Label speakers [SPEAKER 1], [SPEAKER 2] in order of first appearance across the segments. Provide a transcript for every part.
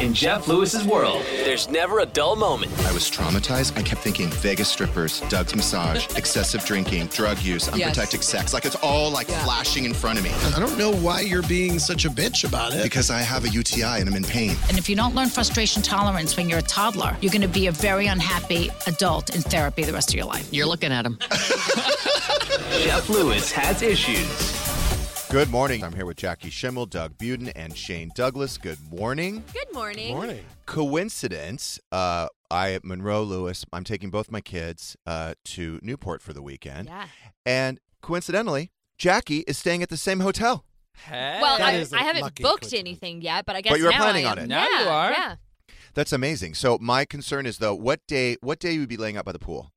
[SPEAKER 1] In Jeff Lewis's world, there's never a dull moment.
[SPEAKER 2] I was traumatized. I kept thinking Vegas strippers, Doug's massage, excessive drinking, drug use, unprotected sex. Like it's all like flashing in front of me.
[SPEAKER 3] I don't know why you're being such a bitch about it.
[SPEAKER 2] Because I have a UTI and I'm in pain.
[SPEAKER 4] And if you don't learn frustration tolerance when you're a toddler, you're going to be a very unhappy adult in therapy the rest of your life.
[SPEAKER 5] You're looking at him.
[SPEAKER 1] Jeff Lewis has issues.
[SPEAKER 2] Good morning. I'm here with Jackie Schimmel, Doug Buden, and Shane Douglas. Good morning.
[SPEAKER 6] Good morning.
[SPEAKER 3] Morning.
[SPEAKER 2] Coincidence. Uh, I at Monroe Lewis. I'm taking both my kids uh, to Newport for the weekend.
[SPEAKER 6] Yeah.
[SPEAKER 2] And coincidentally, Jackie is staying at the same hotel.
[SPEAKER 5] Hey.
[SPEAKER 6] Well,
[SPEAKER 3] That
[SPEAKER 6] I,
[SPEAKER 3] is a
[SPEAKER 6] I haven't
[SPEAKER 3] lucky
[SPEAKER 6] booked
[SPEAKER 3] coincidence.
[SPEAKER 6] anything yet, but I guess
[SPEAKER 2] you were
[SPEAKER 6] now
[SPEAKER 2] planning
[SPEAKER 6] I
[SPEAKER 2] on
[SPEAKER 6] am.
[SPEAKER 2] it.
[SPEAKER 5] Now
[SPEAKER 6] yeah,
[SPEAKER 5] you are.
[SPEAKER 6] Yeah.
[SPEAKER 2] That's amazing. So my concern is though, what day? What day would be laying out by the pool?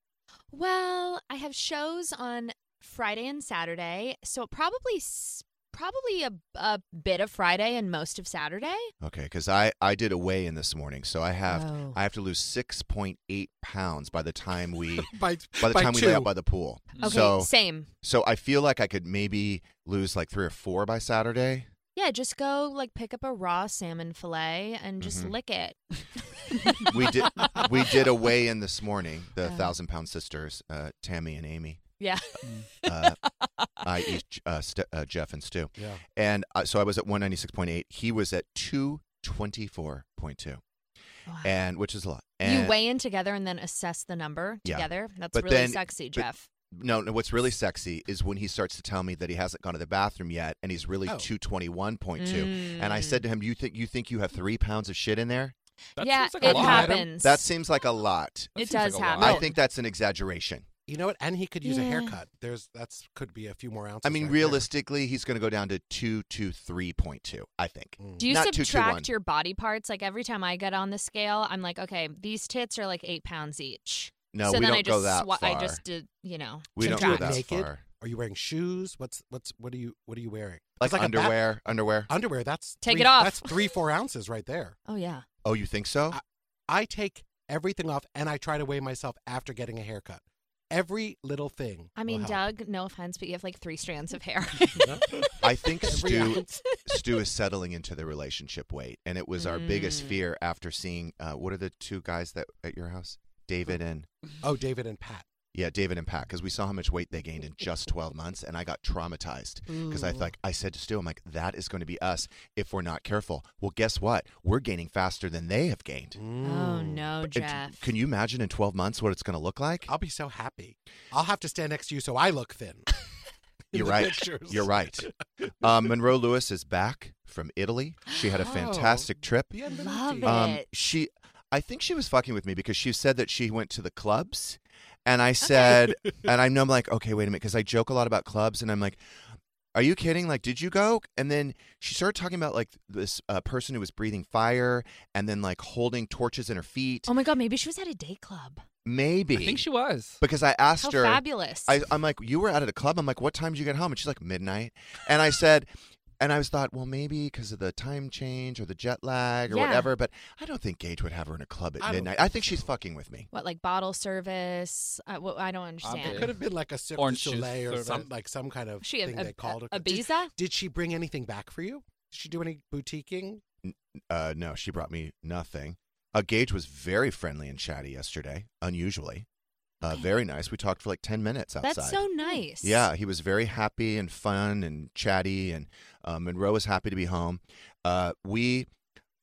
[SPEAKER 6] Well, I have shows on Friday and Saturday, so probably s- probably a, a bit of Friday and most of Saturday.
[SPEAKER 2] Okay, because I I did a weigh in this morning, so I have
[SPEAKER 6] Oh.
[SPEAKER 2] I have to lose six point eight pounds by the time we
[SPEAKER 3] By,
[SPEAKER 2] by the time we lay out
[SPEAKER 3] two.
[SPEAKER 2] by the pool.
[SPEAKER 6] Okay,
[SPEAKER 2] Mm-hmm. So
[SPEAKER 6] same.
[SPEAKER 2] so I feel like I could maybe lose like three or four by Saturday.
[SPEAKER 6] Yeah, just go like pick up a raw salmon fillet and just
[SPEAKER 2] Mhm.
[SPEAKER 6] lick it.
[SPEAKER 2] We did we did a weigh in this morning. The
[SPEAKER 6] Oh.
[SPEAKER 2] thousand pound sisters, uh, Tammy and Amy,
[SPEAKER 6] Yeah.
[SPEAKER 2] uh, i.e. Uh, St- uh, Jeff and Stu,
[SPEAKER 3] Yeah.
[SPEAKER 2] and uh, so I was at one ninety six point eight. He was at two twenty four point two,
[SPEAKER 6] Wow.
[SPEAKER 2] and which is a lot. And
[SPEAKER 6] you weigh in together and then assess the number
[SPEAKER 2] Yeah.
[SPEAKER 6] together. That's
[SPEAKER 2] But
[SPEAKER 6] really
[SPEAKER 2] then-
[SPEAKER 6] sexy,
[SPEAKER 2] but-
[SPEAKER 6] Jeff.
[SPEAKER 2] No, no, what's really sexy is when he starts to tell me that he hasn't gone to the bathroom yet and he's really
[SPEAKER 3] Oh.
[SPEAKER 2] 221.2. And
[SPEAKER 6] Mm.
[SPEAKER 2] I said to him, "You think you think you have 3 pounds of shit in there?"
[SPEAKER 5] That
[SPEAKER 6] yeah,
[SPEAKER 5] seems like a
[SPEAKER 6] it
[SPEAKER 5] lot.
[SPEAKER 6] happens.
[SPEAKER 2] That seems like a lot.
[SPEAKER 6] It
[SPEAKER 5] seems like
[SPEAKER 6] does
[SPEAKER 5] a lot.
[SPEAKER 6] happen.
[SPEAKER 2] I think that's an exaggeration.
[SPEAKER 3] You know what? And he could use a
[SPEAKER 6] Yeah.
[SPEAKER 3] haircut. There's that's could be a few more ounces.
[SPEAKER 2] I mean,
[SPEAKER 3] right
[SPEAKER 2] realistically, he's going to go down to 223.2, I think.
[SPEAKER 3] there. Mm.
[SPEAKER 6] Do you
[SPEAKER 2] Not two, two,
[SPEAKER 6] subtract
[SPEAKER 2] one.
[SPEAKER 6] your body parts? Like every time I get on the scale, I'm like, okay, these tits are like eight pounds each.
[SPEAKER 2] No,
[SPEAKER 6] so
[SPEAKER 2] we
[SPEAKER 6] then
[SPEAKER 2] don't
[SPEAKER 6] I just
[SPEAKER 2] go that
[SPEAKER 6] swa-
[SPEAKER 2] far.
[SPEAKER 6] I just did, you know,
[SPEAKER 2] we don't go
[SPEAKER 6] subtract.
[SPEAKER 2] that
[SPEAKER 3] Naked?
[SPEAKER 2] far.
[SPEAKER 3] Are you wearing shoes? What's what's what are you what are you wearing? 'Cause
[SPEAKER 2] Like,
[SPEAKER 3] a bat-
[SPEAKER 2] underwear, underwear.
[SPEAKER 3] underwear. That's
[SPEAKER 6] Take
[SPEAKER 3] three-
[SPEAKER 6] it off.
[SPEAKER 3] That's three four ounces right there.
[SPEAKER 6] Oh yeah.
[SPEAKER 2] oh, you think so?
[SPEAKER 3] I- I take everything off and I try to weigh myself after getting a haircut. Every little thing.
[SPEAKER 6] I
[SPEAKER 3] will
[SPEAKER 6] mean,
[SPEAKER 3] help.
[SPEAKER 6] Doug, no offense, but you have like three strands of hair.
[SPEAKER 2] I think
[SPEAKER 3] Every
[SPEAKER 2] Stu
[SPEAKER 3] ounce.
[SPEAKER 2] Stu is settling into the relationship weight, and it was our biggest
[SPEAKER 6] Mm.
[SPEAKER 2] fear after seeing uh, what are the two guys that at your house, David and
[SPEAKER 3] Oh, David and Pat.
[SPEAKER 2] yeah, David and Pat, because we saw how much weight they gained in just 12 months, and I got traumatized because I
[SPEAKER 3] Ooh.
[SPEAKER 2] like I said to Stu, I'm like, that is going to be us if we're not careful. Well, guess what? We're gaining faster than they have gained.
[SPEAKER 6] oh
[SPEAKER 3] Mm.
[SPEAKER 6] no,
[SPEAKER 2] But it-
[SPEAKER 6] Jeff.
[SPEAKER 2] can you imagine in 12 months what it's going to look like?
[SPEAKER 3] I'll be so happy. I'll have to stand next to you so I look thin. In
[SPEAKER 2] You're
[SPEAKER 3] the
[SPEAKER 2] right.
[SPEAKER 3] pictures.
[SPEAKER 2] You're right. Um, Monroe Lewis is back from Italy. She had a
[SPEAKER 3] Oh.
[SPEAKER 2] fantastic trip.
[SPEAKER 3] Bienvenuti.
[SPEAKER 6] Love it.
[SPEAKER 2] Um, she, I think she was fucking with me because she said that she went to the clubs, and I said, and I know I'm like, okay, wait a minute, because I joke a lot about clubs, and I'm like, are you kidding? Like, did you go? And then she started talking about like this uh, person who was breathing fire, and then like holding torches in her feet.
[SPEAKER 6] oh my god, maybe she was at a day club.
[SPEAKER 2] Maybe
[SPEAKER 5] I think she was.
[SPEAKER 2] because I asked
[SPEAKER 6] How
[SPEAKER 2] her.
[SPEAKER 6] fabulous.
[SPEAKER 2] I, I'm like, you were out at a club. I'm like, what time did you get home? And she's like, midnight. And I said, and I was thought, well, maybe because of the time change or the jet lag or
[SPEAKER 6] Yeah.
[SPEAKER 2] whatever. But I don't think Gage would have her in a club at
[SPEAKER 3] I don't
[SPEAKER 2] midnight.
[SPEAKER 3] think
[SPEAKER 2] I think
[SPEAKER 3] so.
[SPEAKER 2] she's fucking with me.
[SPEAKER 6] what like bottle service? I, well, I don't
[SPEAKER 3] It
[SPEAKER 6] understand.
[SPEAKER 5] Obvious.
[SPEAKER 3] could have been like a Cirque
[SPEAKER 5] Orange
[SPEAKER 3] du
[SPEAKER 5] juice
[SPEAKER 3] Soleil or
[SPEAKER 5] service.
[SPEAKER 3] some like some kind of
[SPEAKER 6] She a,
[SPEAKER 3] thing
[SPEAKER 6] a,
[SPEAKER 3] they called
[SPEAKER 6] a, a
[SPEAKER 3] it. Did-
[SPEAKER 6] visa?
[SPEAKER 3] Did she bring anything back for you? Did she do any boutiquing?
[SPEAKER 2] Uh, no, she brought me nothing. Uh, Gage was very friendly and chatty yesterday, unusually. Uh,
[SPEAKER 6] Okay.
[SPEAKER 2] Very nice. We talked for like 10 minutes outside. Hmm.
[SPEAKER 6] That's so nice.
[SPEAKER 2] Yeah, he was very happy and fun and chatty, and um, Monroe was happy to be home. Uh, we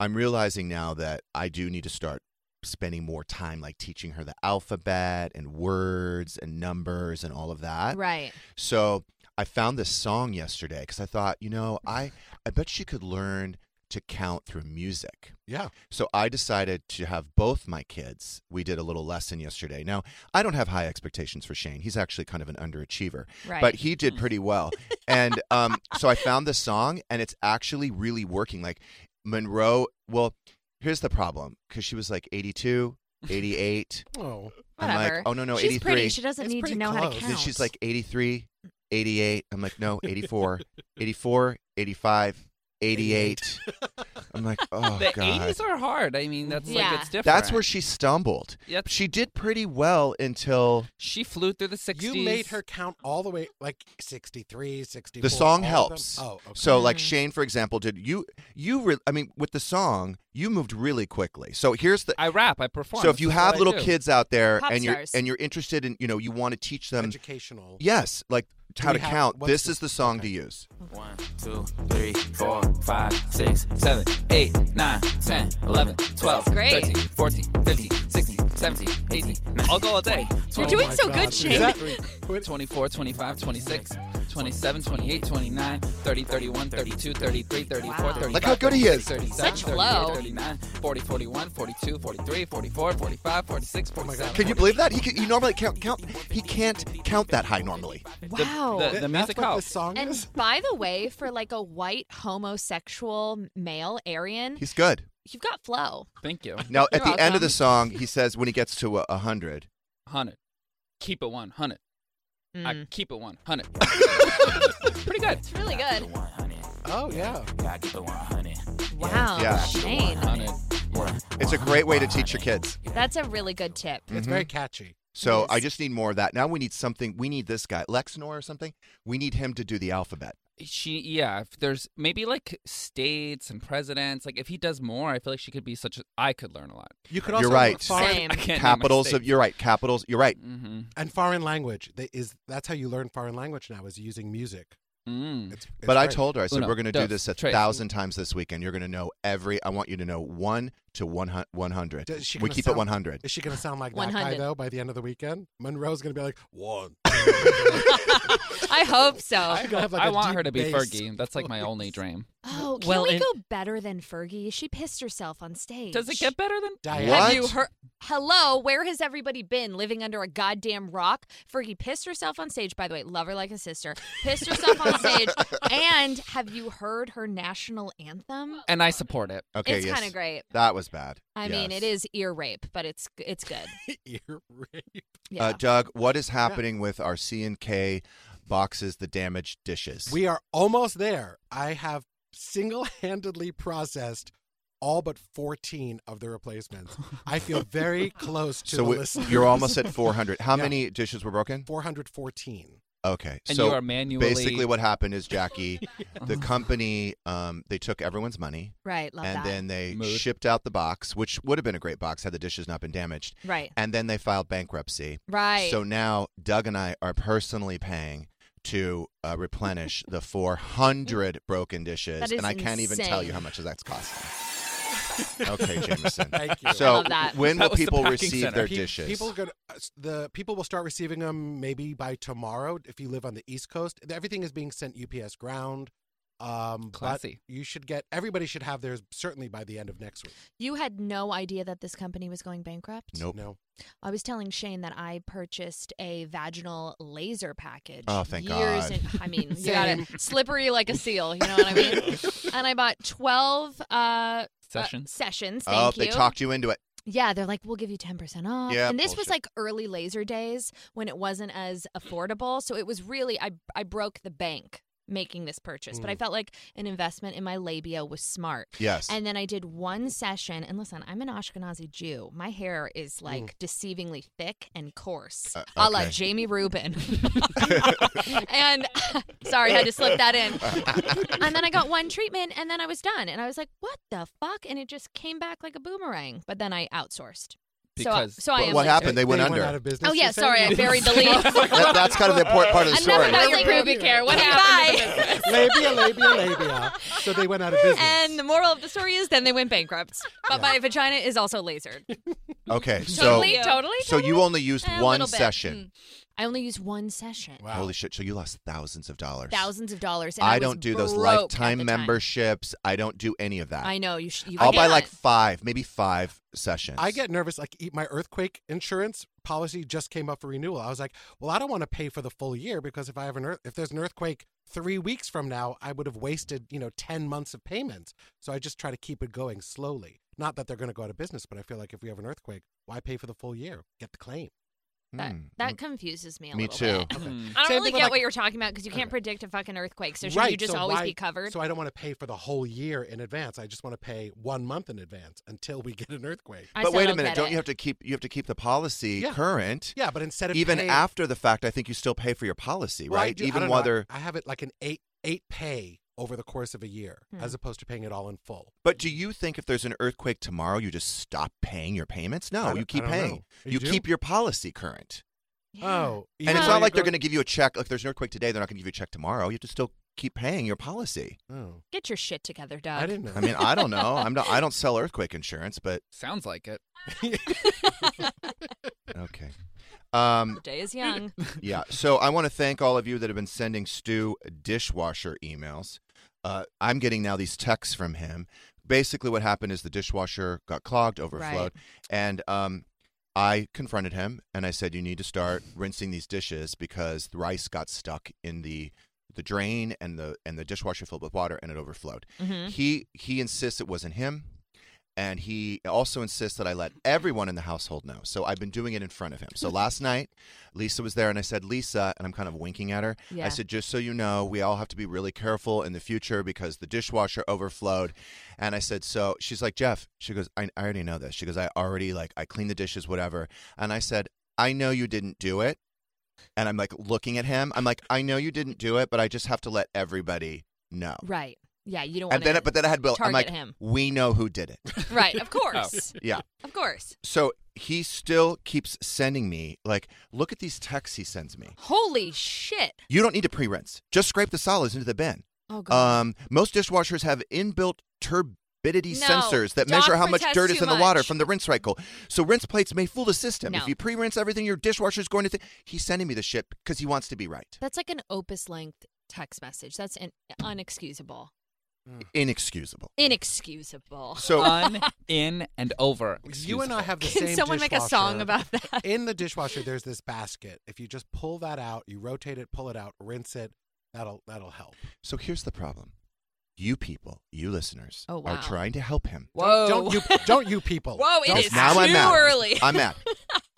[SPEAKER 2] I'm realizing now that I do need to start spending more time like teaching her the alphabet and words and numbers and all of that.
[SPEAKER 6] Right.
[SPEAKER 2] So I found this song yesterday because I thought, you know, I I bet she could learn to count through music.
[SPEAKER 3] Yeah.
[SPEAKER 2] So I decided to have both my kids. We did a little lesson yesterday. Now, I don't have high expectations for Shane. He's actually kind of an underachiever,
[SPEAKER 6] Right.
[SPEAKER 2] but he did pretty well. and um, so I found this song, and it's actually really working. Like Monroe, well, here's the problem because she was like 82, 88.
[SPEAKER 3] Oh.
[SPEAKER 2] I'm
[SPEAKER 6] Whatever.
[SPEAKER 2] like, oh, no, no,
[SPEAKER 6] She's
[SPEAKER 2] 83.
[SPEAKER 6] pretty. She doesn't
[SPEAKER 3] It's
[SPEAKER 6] need to
[SPEAKER 3] pretty
[SPEAKER 6] know how to
[SPEAKER 3] close.
[SPEAKER 6] count.
[SPEAKER 2] Then she's like 83, 88. I'm like, no, 84, 84, 85, 88. I'm like, oh,
[SPEAKER 5] the
[SPEAKER 2] God.
[SPEAKER 5] 80s are hard. I mean, that's
[SPEAKER 6] Yeah.
[SPEAKER 5] like it's different.
[SPEAKER 2] That's where she stumbled.
[SPEAKER 5] Yep.
[SPEAKER 2] She did pretty well until
[SPEAKER 5] she flew through the 60s.
[SPEAKER 3] You made her count all the way, like 63, 64.
[SPEAKER 2] the song
[SPEAKER 3] all of
[SPEAKER 2] helps.
[SPEAKER 3] them. Oh, okay.
[SPEAKER 2] So like
[SPEAKER 6] Mm.
[SPEAKER 5] Mm-hmm.
[SPEAKER 2] Shane, for example, did you you re- I mean with the song you moved really quickly. So here's the
[SPEAKER 5] I rap. I perform.
[SPEAKER 2] so if
[SPEAKER 5] This
[SPEAKER 2] you
[SPEAKER 5] is
[SPEAKER 2] have
[SPEAKER 5] what I
[SPEAKER 2] little
[SPEAKER 5] do.
[SPEAKER 2] kids out there
[SPEAKER 6] Pop
[SPEAKER 2] and you're
[SPEAKER 6] stars.
[SPEAKER 2] and you're interested in you know you want to teach them
[SPEAKER 3] Educational.
[SPEAKER 2] yes like how
[SPEAKER 3] we
[SPEAKER 2] to
[SPEAKER 3] have-
[SPEAKER 2] count.
[SPEAKER 3] what's
[SPEAKER 2] This
[SPEAKER 3] the-
[SPEAKER 2] is the song to
[SPEAKER 3] okay.
[SPEAKER 2] use.
[SPEAKER 5] One, two, three, four, five, six, seven, eight, nine, 10, 11, 12,
[SPEAKER 6] That's great.
[SPEAKER 5] 13, 14, 15, 16, 17, 18. I'll go all day.
[SPEAKER 6] You're doing so good, Shane.
[SPEAKER 5] Is that- 24, 25, 26, 27, 28, 29, 30, 31, 32, 33, 34,
[SPEAKER 6] Wow.
[SPEAKER 5] 35,
[SPEAKER 2] Look how good he is.
[SPEAKER 5] 37,
[SPEAKER 6] Such
[SPEAKER 5] 38,
[SPEAKER 6] flow.
[SPEAKER 5] 39, 40, 41, 42, 43, 44, 45, 46,
[SPEAKER 6] Oh
[SPEAKER 5] 47.
[SPEAKER 2] Can you believe that? He can, he normally count count he can't count that high normally.
[SPEAKER 6] wow.
[SPEAKER 5] the-
[SPEAKER 3] That's
[SPEAKER 5] music
[SPEAKER 3] what
[SPEAKER 5] helps.
[SPEAKER 3] this song
[SPEAKER 6] and
[SPEAKER 3] is?
[SPEAKER 6] by the way, for like a white homosexual male Aryan,
[SPEAKER 2] He's good.
[SPEAKER 6] you've got flow.
[SPEAKER 5] Thank you.
[SPEAKER 2] Now at
[SPEAKER 6] You're
[SPEAKER 2] the end of
[SPEAKER 6] welcome.
[SPEAKER 2] the song he says when he gets to a, a hundred
[SPEAKER 5] 100. Keep it 100. I
[SPEAKER 6] Mm.
[SPEAKER 5] keep it 100. Pretty good.
[SPEAKER 6] It's really good.
[SPEAKER 3] Oh, yeah.
[SPEAKER 6] Wow.
[SPEAKER 2] Yeah.
[SPEAKER 6] Shane.
[SPEAKER 5] 100.
[SPEAKER 2] it's a great way to teach your kids. Mm-hmm.
[SPEAKER 6] That's a really good tip.
[SPEAKER 3] It's very catchy.
[SPEAKER 2] So
[SPEAKER 6] Yes.
[SPEAKER 2] I just need more of that. Now we need something. We need this guy, Lexnor or something. We need him to do the alphabet.
[SPEAKER 5] she yeah if there's maybe like states and presidents like if he does more i feel like she could be such a i could learn a lot
[SPEAKER 3] You could
[SPEAKER 2] You're
[SPEAKER 3] also
[SPEAKER 2] right.
[SPEAKER 3] Foreign,
[SPEAKER 6] Same.
[SPEAKER 5] i can't
[SPEAKER 2] Capitals of you're right. Capitals. You're right.
[SPEAKER 5] mm-hmm.
[SPEAKER 3] And foreign language They- is that's how you learn foreign language now is using music.
[SPEAKER 5] mm.
[SPEAKER 3] It's, it's
[SPEAKER 2] But I
[SPEAKER 3] great.
[SPEAKER 2] told her, I said
[SPEAKER 5] Uno,
[SPEAKER 2] we're going to do
[SPEAKER 5] dos,
[SPEAKER 2] this a
[SPEAKER 5] tres.
[SPEAKER 2] thousand times this weekend. You're going to know every. I want you to know one to one hun- one hundred.
[SPEAKER 3] Does she
[SPEAKER 2] We
[SPEAKER 3] gonna
[SPEAKER 2] keep it
[SPEAKER 3] sound-
[SPEAKER 2] one hundred.
[SPEAKER 3] Is she going to sound like that guy
[SPEAKER 6] 100.
[SPEAKER 3] though by the end of the weekend? Monroe's going to be like one.
[SPEAKER 6] I hope so.
[SPEAKER 3] She's gonna have, like,
[SPEAKER 5] i
[SPEAKER 3] a
[SPEAKER 5] want
[SPEAKER 3] deep
[SPEAKER 5] her to be
[SPEAKER 3] bass
[SPEAKER 5] fergie that's like my
[SPEAKER 3] voice.
[SPEAKER 5] only dream
[SPEAKER 6] Oh, can
[SPEAKER 5] Well,
[SPEAKER 6] we
[SPEAKER 5] and-
[SPEAKER 6] go better than Fergie? She pissed herself on stage.
[SPEAKER 5] does it get better than
[SPEAKER 3] Diane.
[SPEAKER 2] What?
[SPEAKER 6] Have you heard? Hello, where has everybody been? Living under a goddamn rock. Fergie pissed herself on stage. By the way, love her like a sister. Pissed herself on stage. And have you heard her national anthem?
[SPEAKER 5] and i support it
[SPEAKER 2] Okay.
[SPEAKER 6] it's
[SPEAKER 2] yes.
[SPEAKER 6] kind of great.
[SPEAKER 2] That was bad.
[SPEAKER 6] I mean,
[SPEAKER 2] Yes.
[SPEAKER 6] it is ear rape, but it's it's good.
[SPEAKER 3] Ear rape.
[SPEAKER 6] Yeah.
[SPEAKER 2] Uh, Doug, what is happening with our C and K boxes? The damaged dishes.
[SPEAKER 3] We are almost there. I have single-handedly processed all but 14 of the replacements. I feel very close to
[SPEAKER 2] so
[SPEAKER 3] the
[SPEAKER 2] we-
[SPEAKER 3] list.
[SPEAKER 2] you're almost at four hundred. How
[SPEAKER 3] Yeah.
[SPEAKER 2] many dishes were broken?
[SPEAKER 3] 414.
[SPEAKER 2] Okay.
[SPEAKER 5] and
[SPEAKER 2] so
[SPEAKER 5] you are manually
[SPEAKER 2] basically what happened is Jackie, the company, um, they took everyone's money.
[SPEAKER 6] right, love
[SPEAKER 2] and
[SPEAKER 6] that.
[SPEAKER 2] then they
[SPEAKER 5] Mood.
[SPEAKER 2] shipped out the box, which would have been a great box had the dishes not been damaged.
[SPEAKER 6] right,
[SPEAKER 2] And then they filed bankruptcy.
[SPEAKER 6] right.
[SPEAKER 2] So now Doug and I are personally paying to uh, replenish the 400 broken dishes,
[SPEAKER 6] That is
[SPEAKER 2] and I can't even tell you
[SPEAKER 6] insane.
[SPEAKER 2] how much that's costing. okay, Jameson.
[SPEAKER 3] Thank you.
[SPEAKER 2] So
[SPEAKER 6] love that.
[SPEAKER 2] when
[SPEAKER 5] That
[SPEAKER 2] will
[SPEAKER 5] was the
[SPEAKER 2] people
[SPEAKER 5] packing
[SPEAKER 2] receive
[SPEAKER 5] center.
[SPEAKER 2] their
[SPEAKER 3] Pe-
[SPEAKER 2] dishes?
[SPEAKER 3] People going the people will start receiving them maybe by tomorrow if you live on the East Coast. Everything is being sent UPS ground. Um,
[SPEAKER 5] Classy.
[SPEAKER 3] But you should get everybody should have theirs certainly by the end of next week.
[SPEAKER 6] you had no idea that this company was going bankrupt.
[SPEAKER 2] Nope.
[SPEAKER 3] No,
[SPEAKER 6] I was telling Shane that I purchased a vaginal laser package.
[SPEAKER 2] Oh, thank God.
[SPEAKER 6] years In, I mean, you got it slippery like a seal. You know what I mean? and I bought twelve uh,
[SPEAKER 5] Sessions?
[SPEAKER 6] Uh, sessions.
[SPEAKER 2] oh,
[SPEAKER 6] Thank
[SPEAKER 2] they
[SPEAKER 6] you.
[SPEAKER 2] talked you into it.
[SPEAKER 6] Yeah, they're like, we'll give you ten percent off.
[SPEAKER 2] Yeah,
[SPEAKER 6] and this was
[SPEAKER 2] bullshit.
[SPEAKER 6] like early laser days when it wasn't as affordable. So it was really I I broke the bank making this purchase, but I felt like an investment in my labia was smart.
[SPEAKER 2] Mm. Yes.
[SPEAKER 6] And then I did one session, and listen, I'm an Ashkenazi Jew. My hair is like deceivingly thick and coarse,
[SPEAKER 2] Mm. Uh,
[SPEAKER 6] a la
[SPEAKER 2] okay.
[SPEAKER 6] Jamie Rubin. and sorry, I had to slip that in. and then I got one treatment, and then I was done. And I was like, what the fuck? And it just came back like a boomerang. But then I outsourced.
[SPEAKER 5] because
[SPEAKER 6] so I am
[SPEAKER 2] what
[SPEAKER 6] late.
[SPEAKER 2] happened? They went
[SPEAKER 3] They
[SPEAKER 2] under.
[SPEAKER 3] went out of business.
[SPEAKER 6] Oh yeah,
[SPEAKER 3] you said?
[SPEAKER 6] sorry, I buried the lead.
[SPEAKER 2] That- that's kind of the important part of the
[SPEAKER 6] Enough
[SPEAKER 2] story.
[SPEAKER 6] about your pubic hair. What happened? to the business?
[SPEAKER 3] labia, labia, labia. uh, So they went out of business.
[SPEAKER 6] And the moral of the story is, then they went bankrupt. But my vagina is also lasered.
[SPEAKER 2] Okay, so
[SPEAKER 6] Totally, totally,
[SPEAKER 2] so you only used
[SPEAKER 6] Eh, a
[SPEAKER 2] one
[SPEAKER 6] little bit.
[SPEAKER 2] session.
[SPEAKER 6] I only used one session.
[SPEAKER 3] wow.
[SPEAKER 2] Holy shit! So you lost thousands of dollars.
[SPEAKER 6] Thousands of dollars. And
[SPEAKER 2] I,
[SPEAKER 6] was
[SPEAKER 2] don't do those
[SPEAKER 6] broke at the
[SPEAKER 2] lifetime
[SPEAKER 6] time.
[SPEAKER 2] memberships. I don't do any of that.
[SPEAKER 6] I know you. Sh- you
[SPEAKER 2] I'll buy
[SPEAKER 6] cannot.
[SPEAKER 2] like five, maybe five sessions.
[SPEAKER 3] I get nervous. Like e- my earthquake insurance policy just came up for renewal. I was like, well, I don't want to pay for the full year because if I have an earth, if there's an earthquake three weeks from now, I would have wasted you know ten months of payments. So I just try to keep it going slowly. Not that they're going to go out of business, but I feel like if we have an earthquake, why pay for the full year? Get the claim.
[SPEAKER 6] that.
[SPEAKER 2] Mm,
[SPEAKER 6] That
[SPEAKER 2] mm,
[SPEAKER 6] confuses me a
[SPEAKER 2] Me
[SPEAKER 6] little
[SPEAKER 2] too.
[SPEAKER 6] bit.
[SPEAKER 3] Okay.
[SPEAKER 6] I don't
[SPEAKER 3] Same
[SPEAKER 6] really
[SPEAKER 3] thing with,
[SPEAKER 6] get
[SPEAKER 3] like-
[SPEAKER 6] what you're talking about because you can't predict a fucking earthquake. So should
[SPEAKER 3] right,
[SPEAKER 6] you just
[SPEAKER 3] so
[SPEAKER 6] always
[SPEAKER 3] why-
[SPEAKER 6] be covered?
[SPEAKER 3] So I don't want to pay for the whole year in advance. I just want to pay one month in advance until we get an earthquake.
[SPEAKER 6] I
[SPEAKER 2] but
[SPEAKER 6] still
[SPEAKER 2] wait a
[SPEAKER 6] don't
[SPEAKER 2] minute!
[SPEAKER 6] get
[SPEAKER 2] Don't
[SPEAKER 6] it.
[SPEAKER 2] you have to keep you have to keep the policy
[SPEAKER 3] Yeah.
[SPEAKER 2] current?
[SPEAKER 3] Yeah, but instead of
[SPEAKER 2] Even
[SPEAKER 3] paying-
[SPEAKER 2] after the fact, I think you still pay for your policy,
[SPEAKER 3] Well, I
[SPEAKER 2] right?
[SPEAKER 3] do- I
[SPEAKER 2] Even
[SPEAKER 3] don't know, I-
[SPEAKER 2] whether.
[SPEAKER 3] I have it like an eight eight pay over the course of a year,
[SPEAKER 6] Hmm.
[SPEAKER 3] as opposed to paying it all in full.
[SPEAKER 2] But do you think if there's an earthquake tomorrow, you just stop paying your payments?
[SPEAKER 3] I
[SPEAKER 2] No,
[SPEAKER 3] don't-
[SPEAKER 2] you keep
[SPEAKER 3] I don't know.
[SPEAKER 2] paying.
[SPEAKER 3] You
[SPEAKER 2] You
[SPEAKER 3] do?
[SPEAKER 2] keep your policy current.
[SPEAKER 3] Oh,
[SPEAKER 2] And it's
[SPEAKER 6] Yeah.
[SPEAKER 2] not like they're going to give you a check. Like, there's an earthquake today, they're not going to give you a check tomorrow. You have to still keep paying your policy.
[SPEAKER 3] Oh,
[SPEAKER 6] Get your shit together, Doug.
[SPEAKER 3] I didn't know.
[SPEAKER 2] I mean, I don't know. I'm not. I don't sell earthquake insurance, but
[SPEAKER 5] sounds like it.
[SPEAKER 2] okay. Um,
[SPEAKER 6] Day is young.
[SPEAKER 2] yeah. So I want to thank all of you that have been sending Stu dishwasher emails. Uh, I'm getting now these texts from him. Basically, what happened is the dishwasher got clogged, overflowed, and um, I confronted him and I said, "You need to start rinsing these dishes because the rice got stuck in the the drain and the and the dishwasher filled with water and it overflowed."
[SPEAKER 6] Mm-hmm.
[SPEAKER 3] Mm-hmm.
[SPEAKER 2] He he insists it wasn't him. And he also insists that I let everyone in the household know. So I've been doing it in front of him. So last night, Lisa was there and I said, Lisa, and I'm kind of winking at her.
[SPEAKER 6] Yeah.
[SPEAKER 2] I said, just so you know, we all have to be really careful in the future because the dishwasher overflowed. And I said, so she's like, Jeff, she goes, I, I already know this. She goes, I already like, I cleaned the dishes, whatever. And I said, I know you didn't do it. And I'm like looking at him. I'm like, I know you didn't do it, but I just have to let everybody know.
[SPEAKER 6] Right. Yeah, you don't
[SPEAKER 2] And
[SPEAKER 6] want
[SPEAKER 2] then,
[SPEAKER 6] to.
[SPEAKER 2] but then I had Bill. I'm
[SPEAKER 6] target
[SPEAKER 2] like,
[SPEAKER 6] him.
[SPEAKER 2] we know who did it.
[SPEAKER 6] Right, of course.
[SPEAKER 2] Yeah.
[SPEAKER 6] Of course.
[SPEAKER 2] So he still keeps sending me, like, look at these texts he sends me.
[SPEAKER 6] Holy shit.
[SPEAKER 2] You don't need to pre rinse. Just scrape the solids into the bin.
[SPEAKER 6] Oh, God.
[SPEAKER 2] Um, most dishwashers have inbuilt turbidity
[SPEAKER 6] No,
[SPEAKER 2] sensors that
[SPEAKER 6] Dawn
[SPEAKER 2] measure how much
[SPEAKER 6] protests
[SPEAKER 2] dirt is
[SPEAKER 6] too
[SPEAKER 2] in the water
[SPEAKER 6] much.
[SPEAKER 2] from the rinse cycle. So rinse plates may fool the system.
[SPEAKER 6] No.
[SPEAKER 2] If you pre rinse everything, your dishwasher is going to. Th- He's sending me the shit because he wants to be right.
[SPEAKER 6] That's like an opus length text message. That's in- unexcusable.
[SPEAKER 2] Inexcusable.
[SPEAKER 6] Inexcusable.
[SPEAKER 2] So
[SPEAKER 5] On, in, and over.
[SPEAKER 3] you and I have the
[SPEAKER 6] Can
[SPEAKER 3] same.
[SPEAKER 6] someone make a song
[SPEAKER 3] dishwasher.
[SPEAKER 6] about that?
[SPEAKER 3] In the dishwasher, there's this basket. If you just pull that out, you rotate it, pull it out, rinse it. That'll that'll help.
[SPEAKER 2] So here's the problem. You people, you listeners,
[SPEAKER 6] Oh,
[SPEAKER 2] are
[SPEAKER 6] wow.
[SPEAKER 2] trying to help him.
[SPEAKER 6] Whoa.
[SPEAKER 3] Don't
[SPEAKER 5] Mm.
[SPEAKER 3] you don't you people?
[SPEAKER 6] Whoa, it
[SPEAKER 3] Don't-
[SPEAKER 6] is
[SPEAKER 2] now
[SPEAKER 6] too
[SPEAKER 2] I'm mad.
[SPEAKER 6] early.
[SPEAKER 2] I'm mad.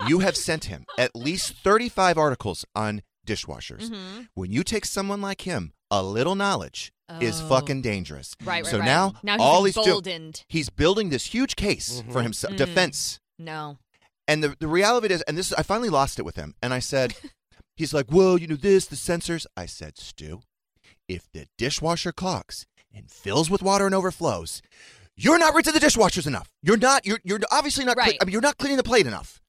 [SPEAKER 2] You have sent him at least 35 articles on dishwashers.
[SPEAKER 6] Mm-hmm.
[SPEAKER 2] When you take someone like him, a little knowledge is
[SPEAKER 6] Oh.
[SPEAKER 2] fucking dangerous.
[SPEAKER 6] Right, right,
[SPEAKER 2] So
[SPEAKER 6] right.
[SPEAKER 2] now,
[SPEAKER 6] Now he's
[SPEAKER 2] all he's doing,
[SPEAKER 6] emboldened. Mm-hmm.
[SPEAKER 2] he's building this huge case for himself, defense.
[SPEAKER 6] No.
[SPEAKER 2] And the, the reality of it is, and this I finally lost it with him. And I said, he's like, well, you know this, the sensors. I said, Stu, if the dishwasher clogs and fills with water and overflows, you're not rinsing the dishwashers enoughle You're not. You're you're obviously not. cle-
[SPEAKER 6] Right.
[SPEAKER 2] I mean, you're not cleaning the plate enough.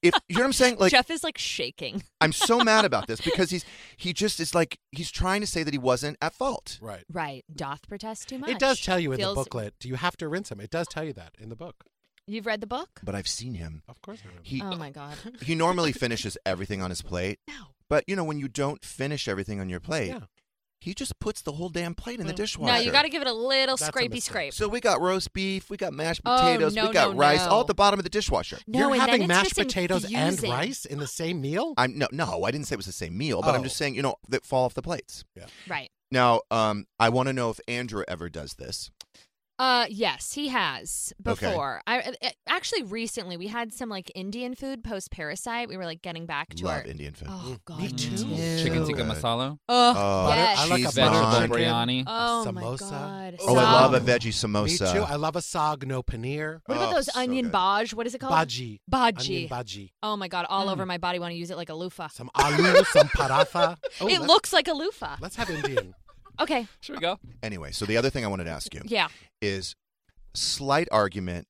[SPEAKER 2] If you know what I'm saying, like
[SPEAKER 6] Jeff is like shaking.
[SPEAKER 2] I'm so mad about this because he's he just is like he's trying to say that he wasn't at fault.
[SPEAKER 3] Right.
[SPEAKER 6] Right. Doth protest too much.
[SPEAKER 3] It does tell you in
[SPEAKER 6] Feels-
[SPEAKER 3] the booklet. Do you have to rinse them? It does tell you that in the book.
[SPEAKER 6] You've read the book?
[SPEAKER 2] But I've seen him.
[SPEAKER 3] Of course. I remember.
[SPEAKER 2] He
[SPEAKER 6] Oh, my God.
[SPEAKER 2] he normally finishes everything on his plate.
[SPEAKER 6] No.
[SPEAKER 2] But you know when you don't finish everything on your plate,
[SPEAKER 3] Yeah.
[SPEAKER 2] he just puts the whole damn plate in the dishwasher.
[SPEAKER 6] No, Mm. you got to give it a little
[SPEAKER 3] That's a
[SPEAKER 6] scrapey
[SPEAKER 3] mistake.
[SPEAKER 6] scrape.
[SPEAKER 2] So we got roast beef, we got mashed
[SPEAKER 6] Oh,
[SPEAKER 2] potatoes,
[SPEAKER 6] no,
[SPEAKER 2] we got
[SPEAKER 6] no,
[SPEAKER 2] rice,
[SPEAKER 6] no.
[SPEAKER 2] all at the bottom of the dishwasher.
[SPEAKER 6] no,
[SPEAKER 3] You're
[SPEAKER 6] and then
[SPEAKER 3] having
[SPEAKER 6] it's
[SPEAKER 3] mashed
[SPEAKER 6] just
[SPEAKER 3] potatoes
[SPEAKER 6] infusing.
[SPEAKER 3] and rice in the same meal.
[SPEAKER 2] I'm no, no, I didn't say it was the same meal, but I'm
[SPEAKER 3] Oh.
[SPEAKER 2] just saying, you know, that fall off the plates.
[SPEAKER 6] Right.
[SPEAKER 2] Now, um, I want to know if Andrew ever does this.
[SPEAKER 6] Uh, yes, he has
[SPEAKER 2] Okay.
[SPEAKER 6] before. I I actually recently we had some like Indian food post parasite. We were like getting back to
[SPEAKER 2] Love
[SPEAKER 6] our.
[SPEAKER 2] Indian food.
[SPEAKER 6] Oh God.
[SPEAKER 3] Me too.
[SPEAKER 5] Chicken
[SPEAKER 2] Ew.
[SPEAKER 5] tikka
[SPEAKER 2] Good.
[SPEAKER 5] masala,
[SPEAKER 6] Oh,
[SPEAKER 2] Oh,
[SPEAKER 6] yes.
[SPEAKER 3] I like a
[SPEAKER 2] She's
[SPEAKER 3] butter
[SPEAKER 5] vegetable
[SPEAKER 2] mine.
[SPEAKER 3] chicken.
[SPEAKER 5] biryani.
[SPEAKER 6] oh my
[SPEAKER 3] samosa.
[SPEAKER 6] God.
[SPEAKER 2] Oh, I love a
[SPEAKER 6] Sog.
[SPEAKER 2] veggie
[SPEAKER 3] Me
[SPEAKER 2] samosa.
[SPEAKER 3] too. I love a sog no paneer.
[SPEAKER 6] What about
[SPEAKER 2] Oh,
[SPEAKER 6] those
[SPEAKER 2] so
[SPEAKER 6] onion
[SPEAKER 2] good.
[SPEAKER 6] baj? What is it called?
[SPEAKER 3] Bhaji. Onion
[SPEAKER 6] Bhaji.
[SPEAKER 3] bhaji.
[SPEAKER 6] Oh my God! All
[SPEAKER 2] Mm.
[SPEAKER 6] over my body, want to use it like a loofah.
[SPEAKER 3] Some aloo, some paratha. Oh,
[SPEAKER 6] it
[SPEAKER 3] let's-
[SPEAKER 6] looks like a loofah.
[SPEAKER 3] Let's have Indian.
[SPEAKER 6] Okay.
[SPEAKER 5] Should we go?
[SPEAKER 2] Anyway, so the other thing I wanted to ask you
[SPEAKER 6] Yeah.
[SPEAKER 2] is slight argument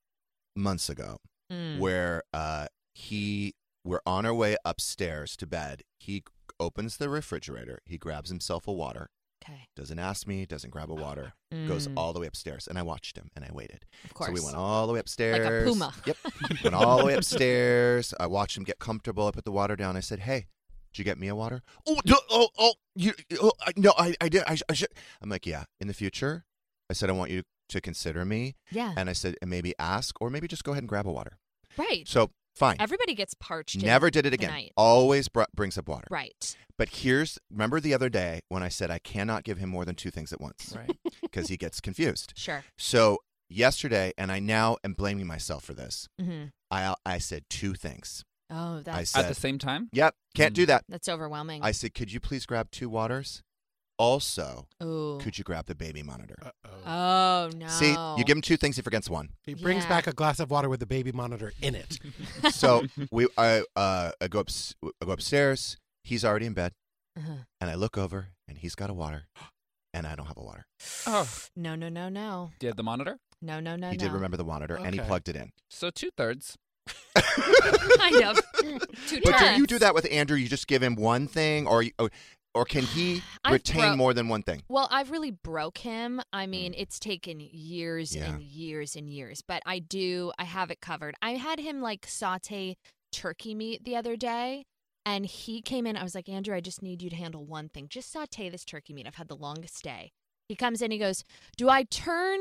[SPEAKER 2] months ago.
[SPEAKER 6] Mm.
[SPEAKER 2] where uh, he we're on our way upstairs to bed. He opens the refrigerator. He grabs himself a water.
[SPEAKER 6] Okay.
[SPEAKER 2] Doesn't ask me. Doesn't grab a water. Goes
[SPEAKER 6] Mm.
[SPEAKER 2] all the way upstairs, and I watched him and I waited.
[SPEAKER 6] Of
[SPEAKER 2] So we
[SPEAKER 6] course.
[SPEAKER 2] went all the way upstairs.
[SPEAKER 6] puma.
[SPEAKER 2] Yep. went all the way upstairs. I watched him get comfortable. I put the water down. I said, "Hey, did you get me a water?" Oh, no, oh, oh, you, oh, I, no, I, I did. I, sh- I should. I'm like, yeah. In the future, I said I want you to consider me.
[SPEAKER 6] Yeah.
[SPEAKER 2] And I said, and maybe ask, or maybe just go ahead and grab a water.
[SPEAKER 6] Right.
[SPEAKER 2] So fine.
[SPEAKER 6] Everybody gets parched. in
[SPEAKER 2] Never did it
[SPEAKER 6] the
[SPEAKER 2] again.
[SPEAKER 6] night.
[SPEAKER 2] Always br- brings up water.
[SPEAKER 6] Right.
[SPEAKER 2] But here's remember the other day when I said I cannot give him more than two things at once.
[SPEAKER 5] Right.
[SPEAKER 2] Because he gets confused.
[SPEAKER 6] Sure.
[SPEAKER 2] So yesterday, and I now am blaming myself for this.
[SPEAKER 6] hmm
[SPEAKER 2] I I said two things.
[SPEAKER 6] Oh,
[SPEAKER 2] I
[SPEAKER 6] that's
[SPEAKER 2] said
[SPEAKER 5] At the same time?
[SPEAKER 2] Yep, can't do that.
[SPEAKER 6] that's overwhelming.
[SPEAKER 2] I said, could you please grab two waters? Also,
[SPEAKER 6] Ooh.
[SPEAKER 2] could you grab the baby monitor?
[SPEAKER 6] oh no.
[SPEAKER 2] See, you give him two things, he forgets one.
[SPEAKER 3] He brings
[SPEAKER 6] Yeah.
[SPEAKER 3] back a glass of water with the baby monitor in it.
[SPEAKER 2] So we I uh I go up I go upstairs. He's already in bed,
[SPEAKER 6] Uh-huh.
[SPEAKER 2] and I look over, and he's got a water, and I don't have a water.
[SPEAKER 5] Oh.
[SPEAKER 6] No, no, no, no,
[SPEAKER 5] Do you have the monitor?
[SPEAKER 6] no, no, no.
[SPEAKER 2] he did
[SPEAKER 6] no.
[SPEAKER 2] remember the monitor, and he
[SPEAKER 5] Okay.
[SPEAKER 2] plugged it in.
[SPEAKER 5] So two thirds.
[SPEAKER 6] kind of. Two
[SPEAKER 2] But do
[SPEAKER 6] turns.
[SPEAKER 2] you do that with Andrew? You just give him one thing, or you- or, or can he
[SPEAKER 6] I've
[SPEAKER 2] retain
[SPEAKER 6] bro-
[SPEAKER 2] more than one thing?
[SPEAKER 6] Well, I've really broke him. I mean, it's taken years
[SPEAKER 2] Yeah.
[SPEAKER 6] and years and years, but I do. I have it covered. I had him like saute turkey meat the other day, and he came in. I was like, Andrew, I just need you to handle one thing. Just saute this turkey meat. I've had the longest day. He comes in. He goes, Do I turn?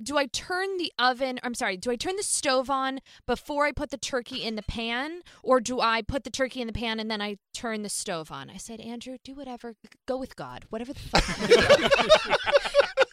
[SPEAKER 6] Do I turn the oven? I'm sorry. Do I turn the stove on before I put the turkey in the pan, or do I put the turkey in the pan and then I turn the stove on? I said, Andrew, do whatever. Go with God. Whatever the fuck. you want."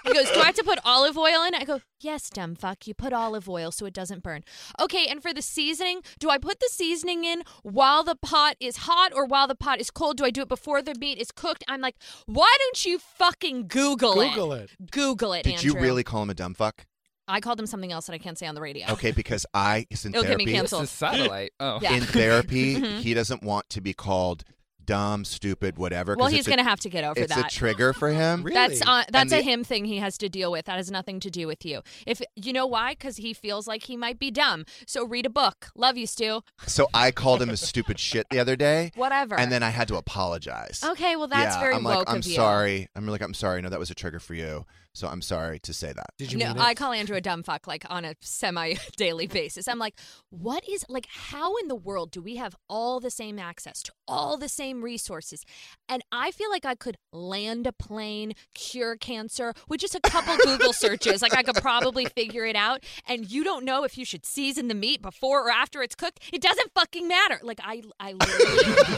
[SPEAKER 6] He goes, Do I have to put olive oil in? it?" I go, Yes, dumb fuck. You put olive oil so it doesn't burn. Okay, and for the seasoning, do I put the seasoning in while the pot is hot or while the pot is cold? Do I do it before the meat is cooked? I'm like, Why don't you fucking Google, it?
[SPEAKER 3] Google it.
[SPEAKER 6] Google it,
[SPEAKER 2] Did
[SPEAKER 6] Andrew.
[SPEAKER 2] you really call him a dumb fuck?
[SPEAKER 6] I called him something else that I can't say on the radio.
[SPEAKER 2] Okay, because I is in
[SPEAKER 6] It'll get me
[SPEAKER 2] therapy.
[SPEAKER 5] This
[SPEAKER 6] canceled.
[SPEAKER 5] is satellite. Oh.
[SPEAKER 6] Yeah.
[SPEAKER 2] In therapy,
[SPEAKER 6] Mhm.
[SPEAKER 2] he doesn't want to be called dumb, stupid, whatever.
[SPEAKER 6] Well,
[SPEAKER 2] 'cause
[SPEAKER 6] he's
[SPEAKER 2] it's a-
[SPEAKER 6] going to have to get over
[SPEAKER 2] it's
[SPEAKER 6] that.
[SPEAKER 2] a trigger for him.
[SPEAKER 3] Really?
[SPEAKER 6] That's uh, that's a
[SPEAKER 2] the-
[SPEAKER 6] him thing he has to deal with. That has nothing to do with you. If you know why, because he feels like he might be dumb. So read a book. Love you, Stu.
[SPEAKER 2] So I called him a stupid shit the other day,
[SPEAKER 6] Whatever.
[SPEAKER 2] and then I had to apologize.
[SPEAKER 6] okay, well that's
[SPEAKER 2] yeah,
[SPEAKER 6] very
[SPEAKER 2] I'm
[SPEAKER 6] woke
[SPEAKER 2] like, I'm
[SPEAKER 6] of you.
[SPEAKER 2] sorry. I'm like, I'm sorry. No, that was a trigger for you. So I'm sorry to say that.
[SPEAKER 3] Did you
[SPEAKER 6] no,
[SPEAKER 3] mean it?
[SPEAKER 6] I call Andrew a dumb fuck like on a semi daily basis. I'm like, what is like how in the world do we have all the same access to all the same resources? And I feel like I could land a plane, cure cancer with just a couple Google searches. Like I could probably figure it out. And you don't know if you should season the meat before or after it's cooked. It doesn't fucking matter. Like I I literally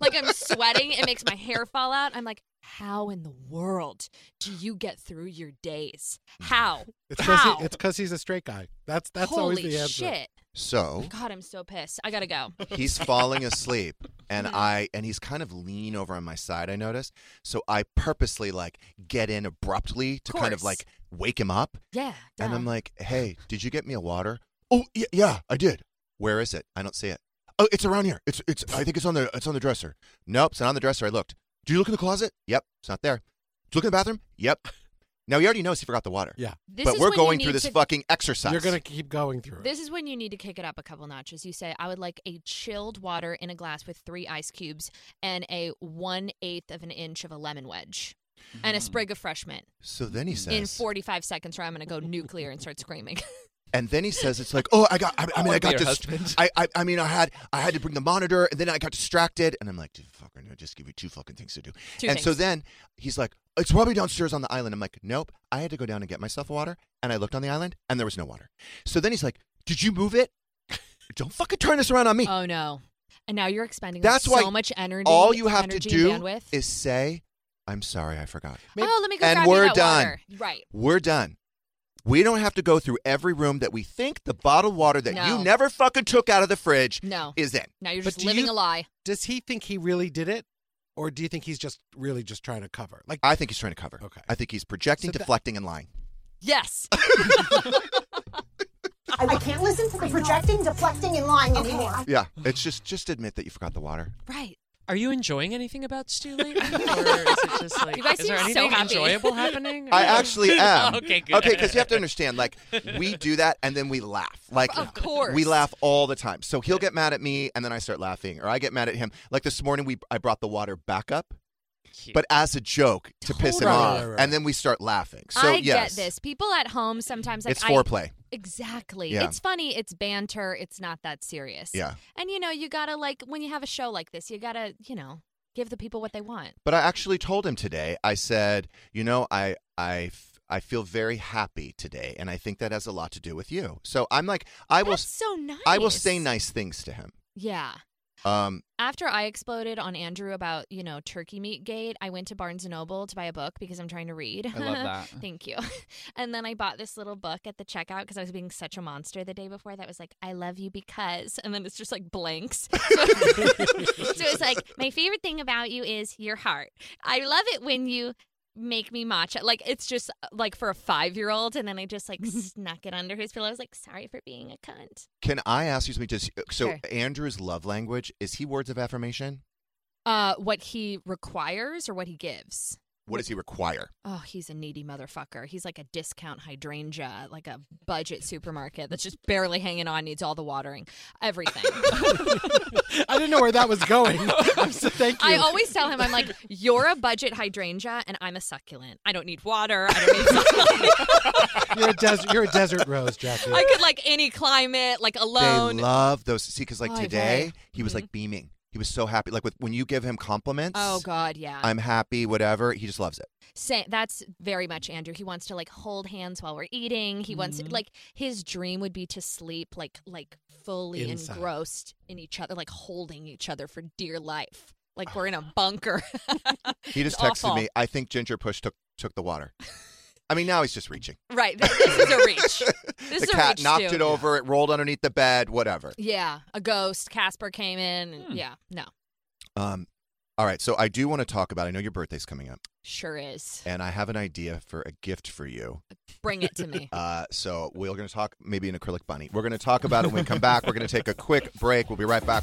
[SPEAKER 6] like I'm sweating, it makes my hair fall out. I'm like how in the world do you get through your days? How?
[SPEAKER 3] It's
[SPEAKER 6] How?
[SPEAKER 3] because it's 'cause he's a straight guy. That's that's
[SPEAKER 6] Holy
[SPEAKER 3] always the answer.
[SPEAKER 6] shit!
[SPEAKER 2] So
[SPEAKER 6] God, I'm so pissed. I gotta go.
[SPEAKER 2] he's falling asleep and
[SPEAKER 6] Mm-hmm.
[SPEAKER 2] i and he's kind of lean over on my side i notice so i purposely like get in abruptly to kind of
[SPEAKER 6] Course.
[SPEAKER 2] like wake him up
[SPEAKER 6] Yeah.
[SPEAKER 2] and i'm
[SPEAKER 6] duh.
[SPEAKER 2] like hey did you get me a water oh yeah, yeah i did where is it i don't see it oh it's around here it's it's i think it's on the it's on the dresser nope it's not on the dresser i looked do you look in the closet yep it's not there do you look in the bathroom yep now he already knows he forgot the water
[SPEAKER 3] Yeah.
[SPEAKER 6] This
[SPEAKER 2] but
[SPEAKER 6] is
[SPEAKER 2] we're
[SPEAKER 6] when you
[SPEAKER 2] going through
[SPEAKER 6] need
[SPEAKER 2] this
[SPEAKER 6] to-
[SPEAKER 2] fucking exercise
[SPEAKER 3] You're gonna keep going through it.
[SPEAKER 6] This is when you need to kick it up a couple notches. You say, "I would like a chilled water in a glass with three ice cubes and a one eighth of an inch of a lemon wedge."
[SPEAKER 2] Mm.
[SPEAKER 6] And a sprig of fresh mint
[SPEAKER 2] so then he says
[SPEAKER 6] in 45 seconds, or I'm going to go nuclear and start screaming.
[SPEAKER 2] And then he says, "It's like, oh, I got. I, I mean,
[SPEAKER 5] Or
[SPEAKER 2] I got
[SPEAKER 5] your
[SPEAKER 2] this.
[SPEAKER 5] husband.
[SPEAKER 2] I, I, I mean, I had, I had to bring the monitor, and then I got distracted, and I'm like, dude, fucker, no, just give you two fucking things to do.
[SPEAKER 6] Two
[SPEAKER 2] and so
[SPEAKER 6] things.
[SPEAKER 2] then he's like, it's probably downstairs on the island. I'm like, nope. I had to go down and get myself water, and I looked on the island, and there was no water. So then he's like, did you move it? Don't fucking turn this around on me.
[SPEAKER 6] oh no! And now you're expending like,
[SPEAKER 2] That's
[SPEAKER 6] so
[SPEAKER 2] why
[SPEAKER 6] much energy.
[SPEAKER 2] All you have to
[SPEAKER 6] energy
[SPEAKER 2] do
[SPEAKER 6] and bandwidth.
[SPEAKER 2] is say, I'm sorry, I forgot.
[SPEAKER 6] oh, let me go
[SPEAKER 2] and
[SPEAKER 6] grab you
[SPEAKER 2] we're
[SPEAKER 6] that
[SPEAKER 2] done.
[SPEAKER 6] water. Right.
[SPEAKER 2] We're done. We don't have to go through every room that we think the bottled water that
[SPEAKER 6] No.
[SPEAKER 2] you never fucking took out of the fridge
[SPEAKER 6] No.
[SPEAKER 2] is in.
[SPEAKER 6] Now you're
[SPEAKER 3] But
[SPEAKER 6] just
[SPEAKER 3] do
[SPEAKER 6] living
[SPEAKER 3] you-
[SPEAKER 6] a lie.
[SPEAKER 3] Does he think he really did it, or do you think he's just really just trying to cover? Like,
[SPEAKER 2] I think he's trying to cover.
[SPEAKER 3] Okay.
[SPEAKER 2] I think he's projecting,
[SPEAKER 3] So that-
[SPEAKER 2] deflecting, and lying.
[SPEAKER 6] Yes.
[SPEAKER 7] I can't listen to the projecting, deflecting, and lying anymore.
[SPEAKER 2] Yeah. It's just just admit that you forgot the water.
[SPEAKER 6] right.
[SPEAKER 7] Are you enjoying anything about Stu lately? Or is it just like,
[SPEAKER 6] You guys
[SPEAKER 7] is there
[SPEAKER 6] seem so
[SPEAKER 7] anything
[SPEAKER 6] happy.
[SPEAKER 7] enjoyable happening?
[SPEAKER 2] I actually am.
[SPEAKER 7] okay, good.
[SPEAKER 2] Okay, because you have to understand, like, we do that and then we laugh. Like,
[SPEAKER 6] Of course.
[SPEAKER 2] we laugh all the time. So he'll get mad at me and then I start laughing, or I get mad at him. Like this morning, we I brought the water back up, but as a joke to piss him
[SPEAKER 6] Totally.
[SPEAKER 2] off,
[SPEAKER 6] Right, right,
[SPEAKER 2] and then we start laughing. So
[SPEAKER 6] I
[SPEAKER 2] yes,
[SPEAKER 6] get this. People at home sometimes like
[SPEAKER 2] It's
[SPEAKER 6] I-
[SPEAKER 2] foreplay.
[SPEAKER 6] Exactly.
[SPEAKER 2] Yeah.
[SPEAKER 6] It's funny. It's banter. It's not that serious.
[SPEAKER 2] Yeah.
[SPEAKER 6] And you know, you gotta like when you have a show like this, you gotta you know give the people what they want.
[SPEAKER 2] But I actually told him today. I said, you know, I I f- I feel very happy today, and I think that has a lot to do with you. So I'm like, I will.
[SPEAKER 6] That's so nice.
[SPEAKER 2] I will say nice things to him.
[SPEAKER 6] Yeah.
[SPEAKER 2] Um,
[SPEAKER 6] After I exploded on Andrew about, you know, turkey meat gate, I went to Barnes and Noble to buy a book because I'm trying to read.
[SPEAKER 5] I love that.
[SPEAKER 6] Thank you. And then I bought this little book at the checkout because I was being such a monster the day before that was like, I love you because. And then it's just like blanks. So, so it's like, my favorite thing about you is your heart. I love it when you make me matcha. Like, it's just uh, like for a five year old. And then I just like snuck it under his pillow. I was like, sorry for being a cunt.
[SPEAKER 2] Can I ask you something? Does so
[SPEAKER 6] Sure.
[SPEAKER 2] Andrew's love language is he words of affirmation?
[SPEAKER 6] Uh, what he requires or what he gives?
[SPEAKER 2] What does he require?
[SPEAKER 6] Oh, he's a needy motherfucker. He's like a discount hydrangea, like a budget supermarket that's just barely hanging on, needs all the watering, everything.
[SPEAKER 3] I didn't know where that was going. I'm so thank you.
[SPEAKER 6] I always tell him, I'm like, you're a budget hydrangea and I'm a succulent. I don't need water. I don't need sunlight.
[SPEAKER 3] you're a desert. You're a desert rose, Jackie.
[SPEAKER 6] I could like any climate, like alone.
[SPEAKER 2] They love those. See, because like
[SPEAKER 6] Oh, I
[SPEAKER 2] today
[SPEAKER 6] bet.
[SPEAKER 2] he was like beaming. He was so happy. Like with when you give him compliments.
[SPEAKER 6] Oh God, yeah.
[SPEAKER 2] I'm happy. Whatever. He just loves it.
[SPEAKER 6] Sa- that's very much Andrew. He wants to like hold hands while we're eating. He wants
[SPEAKER 2] Mhm.
[SPEAKER 6] like his dream would be to sleep like like fully
[SPEAKER 3] Inside.
[SPEAKER 6] engrossed in each other, like holding each other for dear life. Like we're in a bunker.
[SPEAKER 2] He just
[SPEAKER 6] It's
[SPEAKER 2] texted
[SPEAKER 6] awful.
[SPEAKER 2] me. I think Ginger Push took took the water. I mean, now he's just reaching.
[SPEAKER 6] Right. th- This is a reach. This
[SPEAKER 2] the
[SPEAKER 6] is a
[SPEAKER 2] cat
[SPEAKER 6] reach
[SPEAKER 2] knocked
[SPEAKER 6] too.
[SPEAKER 2] it over. It rolled underneath the bed. Whatever.
[SPEAKER 6] Yeah. A ghost. Casper came in. And, Yeah. No.
[SPEAKER 2] Um. All right. So I do want to talk about. I know your birthday's coming up,
[SPEAKER 6] Sure is.
[SPEAKER 2] and I have an idea for a gift for you.
[SPEAKER 6] Bring it to me.
[SPEAKER 2] Uh, so we're going to talk maybe an acrylic bunny. We're going to talk about it when we come back. We're going to take a quick break. We'll be right back.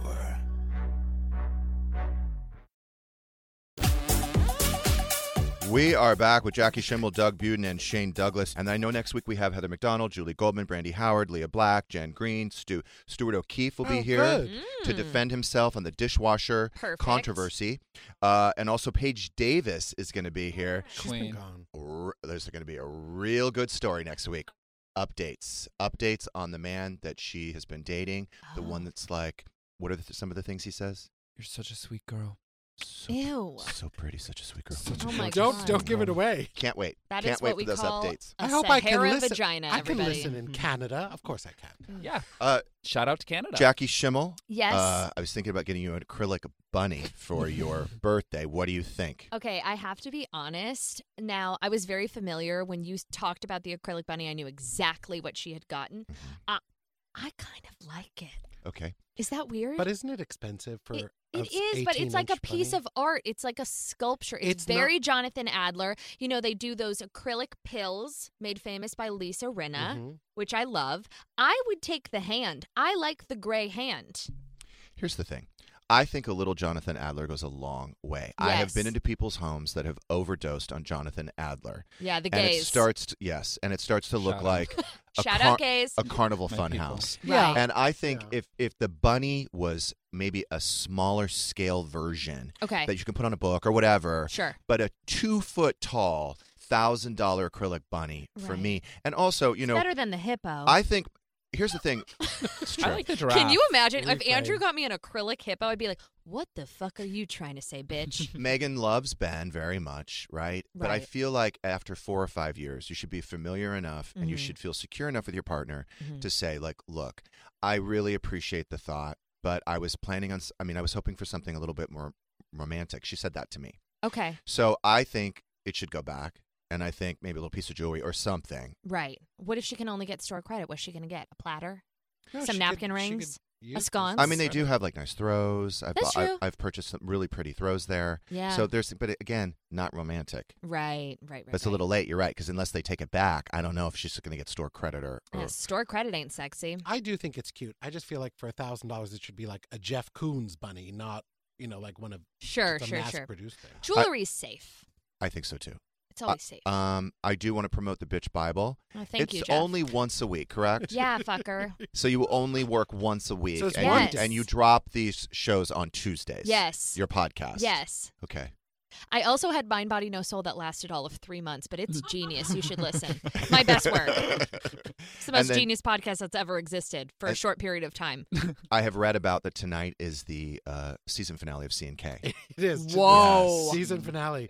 [SPEAKER 2] We are back with Jackie Schimmel, Doug Buden, and Shane Douglas. And I know next week we have Heather McDonald, Julie Goldman, Brandy Howard, Leah Black, Jan Green, Stu Stuart O'Keefe will be
[SPEAKER 8] Oh,
[SPEAKER 2] here
[SPEAKER 8] good.
[SPEAKER 2] to defend himself on the dishwasher
[SPEAKER 8] Perfect.
[SPEAKER 2] controversy. Uh, and also Paige Davis is going to be here.
[SPEAKER 3] She's been Queen. gone.
[SPEAKER 2] R- There's going to be a real good story next week. Updates, updates on the man that she has been dating, the
[SPEAKER 6] Oh.
[SPEAKER 2] one that's like, what are the, some of the things he says?
[SPEAKER 5] You're such a sweet girl.
[SPEAKER 6] Ew.
[SPEAKER 2] So pretty, such a sweet girl.
[SPEAKER 6] Oh my
[SPEAKER 3] don't
[SPEAKER 6] God.
[SPEAKER 3] don't give it away.
[SPEAKER 2] Can't wait.
[SPEAKER 6] That
[SPEAKER 2] Can't
[SPEAKER 6] is
[SPEAKER 2] wait
[SPEAKER 6] what we
[SPEAKER 2] for those
[SPEAKER 6] call
[SPEAKER 2] updates.
[SPEAKER 6] a
[SPEAKER 3] I hope I can
[SPEAKER 6] Sahara
[SPEAKER 3] listen.
[SPEAKER 6] vagina,
[SPEAKER 3] I can
[SPEAKER 6] everybody. Hmm.
[SPEAKER 3] listen in Canada. Of course I can.
[SPEAKER 6] Mm.
[SPEAKER 5] Yeah.
[SPEAKER 2] Uh,
[SPEAKER 5] Shout out to Canada.
[SPEAKER 2] Jackie Schimmel.
[SPEAKER 6] Yes.
[SPEAKER 2] Uh, I was thinking about getting you an acrylic bunny for your birthday. What do you think?
[SPEAKER 6] Okay, I have to be honest. Now, I was very familiar when you s- talked about the acrylic bunny. I knew exactly what she had gotten. Uh, I kind of like it.
[SPEAKER 2] Okay.
[SPEAKER 6] Is that weird?
[SPEAKER 3] But isn't it expensive for?
[SPEAKER 6] It is, but it's like a piece of art. It's like a sculpture. It's,
[SPEAKER 3] It's not-
[SPEAKER 6] very Jonathan Adler. You know, they do those acrylic pills made famous by Lisa Rinna,
[SPEAKER 2] Mhm.
[SPEAKER 6] which I love. I would take the hand. I like the gray hand.
[SPEAKER 2] Here's the thing. I think a little Jonathan Adler goes a long way. I have been
[SPEAKER 6] Yes.
[SPEAKER 2] into people's homes that have overdosed on Jonathan Adler.
[SPEAKER 6] Yeah, the
[SPEAKER 2] And it
[SPEAKER 6] gays.
[SPEAKER 2] starts to, yes, and it starts to look
[SPEAKER 5] Shout out.
[SPEAKER 2] like a,
[SPEAKER 6] Shout out gays. Oh.
[SPEAKER 2] a carnival
[SPEAKER 5] My
[SPEAKER 2] fun
[SPEAKER 5] people.
[SPEAKER 2] house.
[SPEAKER 6] Yeah. Right.
[SPEAKER 2] And I think if if the bunny was maybe a smaller scale version
[SPEAKER 6] Okay.
[SPEAKER 2] that you can put on a book or whatever.
[SPEAKER 6] Sure.
[SPEAKER 2] But a two foot tall thousand dollar acrylic bunny for
[SPEAKER 6] Right.
[SPEAKER 2] me. And also, you
[SPEAKER 6] It's
[SPEAKER 2] know
[SPEAKER 6] better than the hippo.
[SPEAKER 2] I think here's the thing. It's true.
[SPEAKER 6] Can you imagine if Andrew got me an acrylic hippo? I'd be like, "What the fuck are you trying to say, bitch?"
[SPEAKER 2] Megan loves Ben very much, right? But I
[SPEAKER 6] Right.
[SPEAKER 2] feel like after four or five years, you should be familiar enough and you
[SPEAKER 6] Mhm.
[SPEAKER 2] should feel secure enough with your partner
[SPEAKER 6] Mhm.
[SPEAKER 2] to say, like, look, I really appreciate the thought, but I was planning on, s- I mean, I was hoping for something a little bit more romantic. She said that to me.
[SPEAKER 6] okay,
[SPEAKER 2] So I think it should go back. And I think maybe a little piece of jewelry or something.
[SPEAKER 6] right. What if she can only get store credit? What's she gonna get? A platter,
[SPEAKER 3] No,
[SPEAKER 6] some
[SPEAKER 3] she could-
[SPEAKER 6] napkin
[SPEAKER 3] she could
[SPEAKER 6] rings,
[SPEAKER 3] use
[SPEAKER 6] a
[SPEAKER 3] this.
[SPEAKER 6] sconce.
[SPEAKER 2] I mean, they do have like nice throws. I've,
[SPEAKER 6] That's
[SPEAKER 2] I-
[SPEAKER 6] true.
[SPEAKER 2] I've purchased some really pretty throws there.
[SPEAKER 6] Yeah.
[SPEAKER 2] So there's, but again, not romantic.
[SPEAKER 6] Right, right, right.
[SPEAKER 2] But it's a
[SPEAKER 6] right.
[SPEAKER 2] little late. You're right, because unless they take it back, I don't know if she's going to get store credit or.
[SPEAKER 6] Yeah,
[SPEAKER 2] or-
[SPEAKER 6] store credit ain't sexy.
[SPEAKER 3] I do think it's cute. I just feel like for a thousand dollars, it should be like a Jeff Koons bunny, not you know like one of
[SPEAKER 6] Sure,
[SPEAKER 3] just a
[SPEAKER 6] sure,
[SPEAKER 3] mass
[SPEAKER 6] sure.
[SPEAKER 3] produced thing.
[SPEAKER 6] Jewelry's safe.
[SPEAKER 2] I think so too.
[SPEAKER 6] It's always safe.
[SPEAKER 2] Uh, um, I do want to promote the Bitch Bible.
[SPEAKER 6] Oh, thank
[SPEAKER 2] it's
[SPEAKER 6] you, Jeff.
[SPEAKER 2] only once a week, correct?
[SPEAKER 6] yeah, fucker.
[SPEAKER 2] So you only work once a week,
[SPEAKER 3] So it's
[SPEAKER 2] and,
[SPEAKER 6] one
[SPEAKER 2] you,
[SPEAKER 6] day.
[SPEAKER 2] and you drop these shows on Tuesdays.
[SPEAKER 6] Yes.
[SPEAKER 2] Your podcast.
[SPEAKER 6] Yes.
[SPEAKER 2] Okay.
[SPEAKER 6] I also had Mind, Body, No Soul that lasted all of three months, but it's genius. You should listen. My best work. It's the
[SPEAKER 2] And
[SPEAKER 6] most
[SPEAKER 2] then-
[SPEAKER 6] genius podcast that's ever existed for a
[SPEAKER 2] And-
[SPEAKER 6] short period of time.
[SPEAKER 2] I have read about that tonight is the uh, season finale of C and K.
[SPEAKER 3] It is. Yes.
[SPEAKER 6] Whoa.
[SPEAKER 3] Season finale.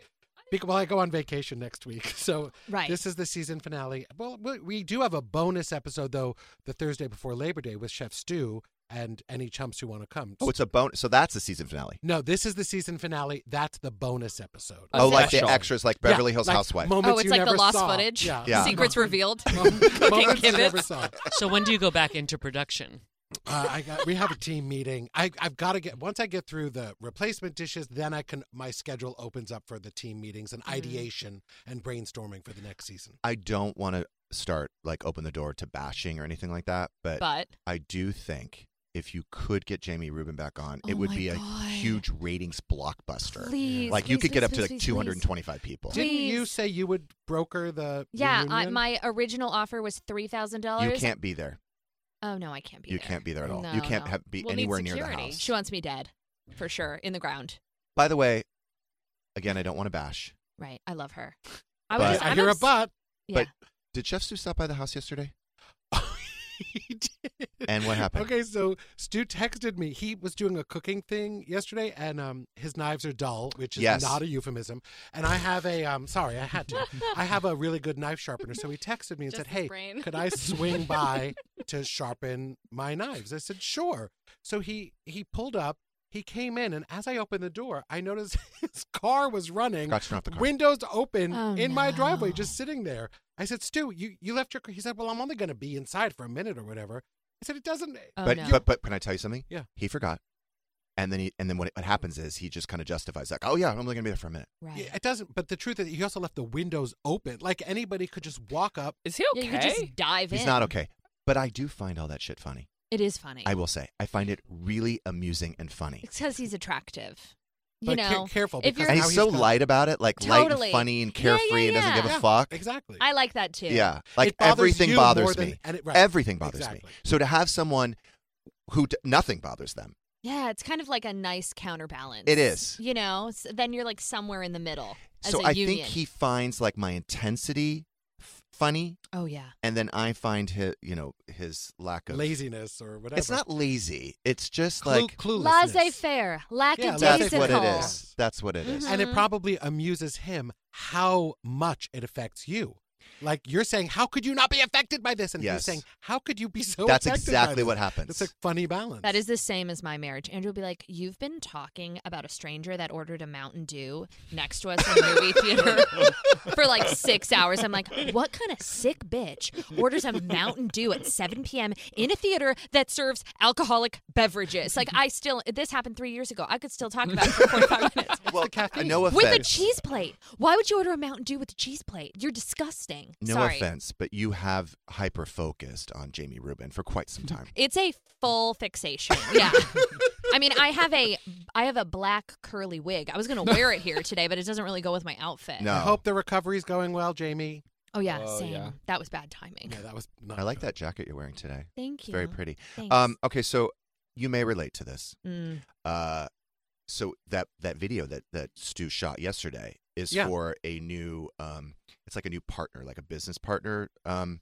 [SPEAKER 3] Bec- Well, I go on vacation next week, so
[SPEAKER 6] Right.
[SPEAKER 3] this is the season finale. Well, we- we do have a bonus episode though, the Thursday before Labor Day with Chef Stu and any chumps who want to come.
[SPEAKER 2] Oh, it's a bonus. So that's the season finale.
[SPEAKER 3] no, this is the season finale. That's the bonus episode.
[SPEAKER 2] oh, like the extras, like
[SPEAKER 3] Yeah,
[SPEAKER 2] Beverly Hills
[SPEAKER 3] like
[SPEAKER 2] Housewife.
[SPEAKER 3] moments
[SPEAKER 6] oh, it's
[SPEAKER 3] you
[SPEAKER 6] like the
[SPEAKER 3] never
[SPEAKER 6] lost
[SPEAKER 3] saw.
[SPEAKER 6] footage.
[SPEAKER 3] Yeah.
[SPEAKER 2] Yeah.
[SPEAKER 6] Secrets revealed. Cooking
[SPEAKER 3] moments you
[SPEAKER 6] gibbets.
[SPEAKER 3] never saw.
[SPEAKER 7] So when do you go back into production?
[SPEAKER 3] Uh, I got, we have a team meeting. I, I've got to get once I get through the replacement dishes, then I can. My schedule opens up for the team meetings
[SPEAKER 6] Mm-hmm.
[SPEAKER 3] and ideation and brainstorming for the next season.
[SPEAKER 2] I don't want to start like open the door to bashing or anything like that, but,
[SPEAKER 6] But-
[SPEAKER 2] I do think if you could get Jamie Rubin back on, it
[SPEAKER 6] Oh
[SPEAKER 2] would
[SPEAKER 6] my
[SPEAKER 2] be
[SPEAKER 6] God.
[SPEAKER 2] a huge ratings blockbuster.
[SPEAKER 6] Please,
[SPEAKER 2] like you
[SPEAKER 6] please,
[SPEAKER 2] could get
[SPEAKER 6] please,
[SPEAKER 2] up to
[SPEAKER 6] please,
[SPEAKER 2] like
[SPEAKER 6] please, please.
[SPEAKER 2] 225 people.
[SPEAKER 6] Did-
[SPEAKER 3] Didn't you
[SPEAKER 6] Please.
[SPEAKER 3] say you would broker the?
[SPEAKER 6] Yeah, I,
[SPEAKER 3] reunion?
[SPEAKER 6] my original offer was three thousand
[SPEAKER 2] You
[SPEAKER 6] dollars.
[SPEAKER 2] can't be there.
[SPEAKER 6] Oh no, I can't be.
[SPEAKER 2] You
[SPEAKER 6] there.
[SPEAKER 2] can't be there at all.
[SPEAKER 6] No,
[SPEAKER 2] you can't
[SPEAKER 6] no.
[SPEAKER 2] have, be
[SPEAKER 6] We'll need
[SPEAKER 2] anywhere near the
[SPEAKER 6] security.
[SPEAKER 2] house.
[SPEAKER 6] She wants me dead, for sure, in the ground.
[SPEAKER 2] By the way, again, I don't want to bash,
[SPEAKER 6] Right. I love her.
[SPEAKER 2] I
[SPEAKER 6] I
[SPEAKER 2] was
[SPEAKER 6] was.
[SPEAKER 2] just-
[SPEAKER 3] I hear a butt.
[SPEAKER 6] Yeah.
[SPEAKER 2] but did Chef Stu stop by the house yesterday? And what happened?
[SPEAKER 3] Okay, so Stu texted me. He was doing a cooking thing yesterday, and um, his knives are dull, which is
[SPEAKER 2] Yes.
[SPEAKER 3] not a euphemism. And I have a um, sorry, I had to. I have a really good knife sharpener. So he texted me and said,
[SPEAKER 8] Just his
[SPEAKER 3] "Hey,
[SPEAKER 8] brain.
[SPEAKER 3] could I swing by to sharpen my knives?" I said, "Sure." So he he pulled up. He came in, and as I opened the door, I noticed his car was running,
[SPEAKER 2] Got turned off the car.
[SPEAKER 3] windows open,
[SPEAKER 6] Oh,
[SPEAKER 3] in my driveway,
[SPEAKER 6] no.
[SPEAKER 3] just sitting there. I said, "Stu, you you left your car." He said, "Well, I'm only going to be inside for a minute or whatever." I said, "It doesn't." eh,
[SPEAKER 6] Oh,
[SPEAKER 2] but,
[SPEAKER 6] no.
[SPEAKER 2] but but can I tell you something?
[SPEAKER 3] Yeah.
[SPEAKER 2] He forgot. And then he and then what, what happens is he just kind of justifies like, oh yeah, I'm only gonna be there for a minute.
[SPEAKER 6] right.
[SPEAKER 3] Yeah, It doesn't. But the truth is, he also left the windows open. Like anybody could just walk up.
[SPEAKER 5] Is he
[SPEAKER 6] Yeah,
[SPEAKER 5] okay?
[SPEAKER 6] you could just dive in.
[SPEAKER 2] He's not okay. But I do find all that shit funny.
[SPEAKER 6] It is funny.
[SPEAKER 2] I will say, I find it really amusing and funny.
[SPEAKER 6] It's because he's attractive. you
[SPEAKER 3] But ca-
[SPEAKER 6] know,
[SPEAKER 3] careful,
[SPEAKER 6] If you're,
[SPEAKER 2] and he's so light about it, like light
[SPEAKER 6] Totally.
[SPEAKER 2] and funny and
[SPEAKER 6] Yeah, yeah,
[SPEAKER 2] carefree and doesn't give
[SPEAKER 6] yeah.
[SPEAKER 2] a fuck.
[SPEAKER 3] Exactly.
[SPEAKER 6] I like that too.
[SPEAKER 2] Yeah, like
[SPEAKER 3] It bothers
[SPEAKER 2] everything
[SPEAKER 3] you more
[SPEAKER 2] bothers
[SPEAKER 3] than-
[SPEAKER 2] me.
[SPEAKER 3] and it- right.
[SPEAKER 2] Everything bothers
[SPEAKER 3] Exactly.
[SPEAKER 2] me. So to have someone who d- nothing bothers them,
[SPEAKER 6] Yeah, it's kind of like a nice counterbalance.
[SPEAKER 2] It is.
[SPEAKER 6] You know, s then you're like somewhere in the middle as
[SPEAKER 2] so
[SPEAKER 6] a
[SPEAKER 2] I
[SPEAKER 6] union.
[SPEAKER 2] think he finds like my intensity f- funny,
[SPEAKER 6] oh yeah.
[SPEAKER 2] and then I find his, you know, his lack of
[SPEAKER 3] Laziness or whatever.
[SPEAKER 2] It's not lazy. It's just
[SPEAKER 3] Clu-
[SPEAKER 2] like
[SPEAKER 3] cluelessness.
[SPEAKER 6] Laissez faire, lackadaisical.
[SPEAKER 2] that's what it is. That's what it
[SPEAKER 6] Mm-hmm.
[SPEAKER 2] is.
[SPEAKER 3] And it probably amuses him how much it affects you. Like you're saying, how could you not be affected by this? And he's
[SPEAKER 2] Yes.
[SPEAKER 3] saying, how could you be so?
[SPEAKER 2] That's
[SPEAKER 3] affected by
[SPEAKER 2] exactly
[SPEAKER 3] this?"
[SPEAKER 2] what happens.
[SPEAKER 3] It's a funny balance.
[SPEAKER 6] That is the same as my marriage. Andrew will be like, You've been talking about a stranger that ordered a Mountain Dew next to us in a movie theater for like six hours. I'm like, What kind of sick bitch orders a Mountain Dew at 7 p.m. in a theater that serves alcoholic beverages? Like, I still, this happened three years ago. I could still talk about it for 45 minutes.
[SPEAKER 2] well,
[SPEAKER 3] caffeine.
[SPEAKER 2] no offense.
[SPEAKER 6] With a cheese plate. Why would you order a Mountain Dew with a cheese plate? You're disgusting.
[SPEAKER 2] No
[SPEAKER 6] Sorry.
[SPEAKER 2] offense, but you have hyper focused on Jamie Rubin for quite some time.
[SPEAKER 6] It's a full fixation. Yeah. I mean, I have a I have a black curly wig. I was going to wear it here today, but it doesn't really go with my outfit.
[SPEAKER 2] No.
[SPEAKER 3] I hope the recovery's going well, Jamie.
[SPEAKER 6] Oh yeah,
[SPEAKER 2] Oh,
[SPEAKER 6] same.
[SPEAKER 2] yeah.
[SPEAKER 6] That was bad timing.
[SPEAKER 3] Yeah, that was not
[SPEAKER 2] I like that jacket you're wearing today.
[SPEAKER 6] Thank
[SPEAKER 2] It's very
[SPEAKER 6] you.
[SPEAKER 2] pretty.
[SPEAKER 6] Thanks.
[SPEAKER 2] Um, okay, so you may relate to this.
[SPEAKER 6] Mm.
[SPEAKER 2] Uh, so that that video that that Stu shot yesterday is
[SPEAKER 3] Yeah.
[SPEAKER 2] for a new. Um, it's like a new partner, like a business partner. Um,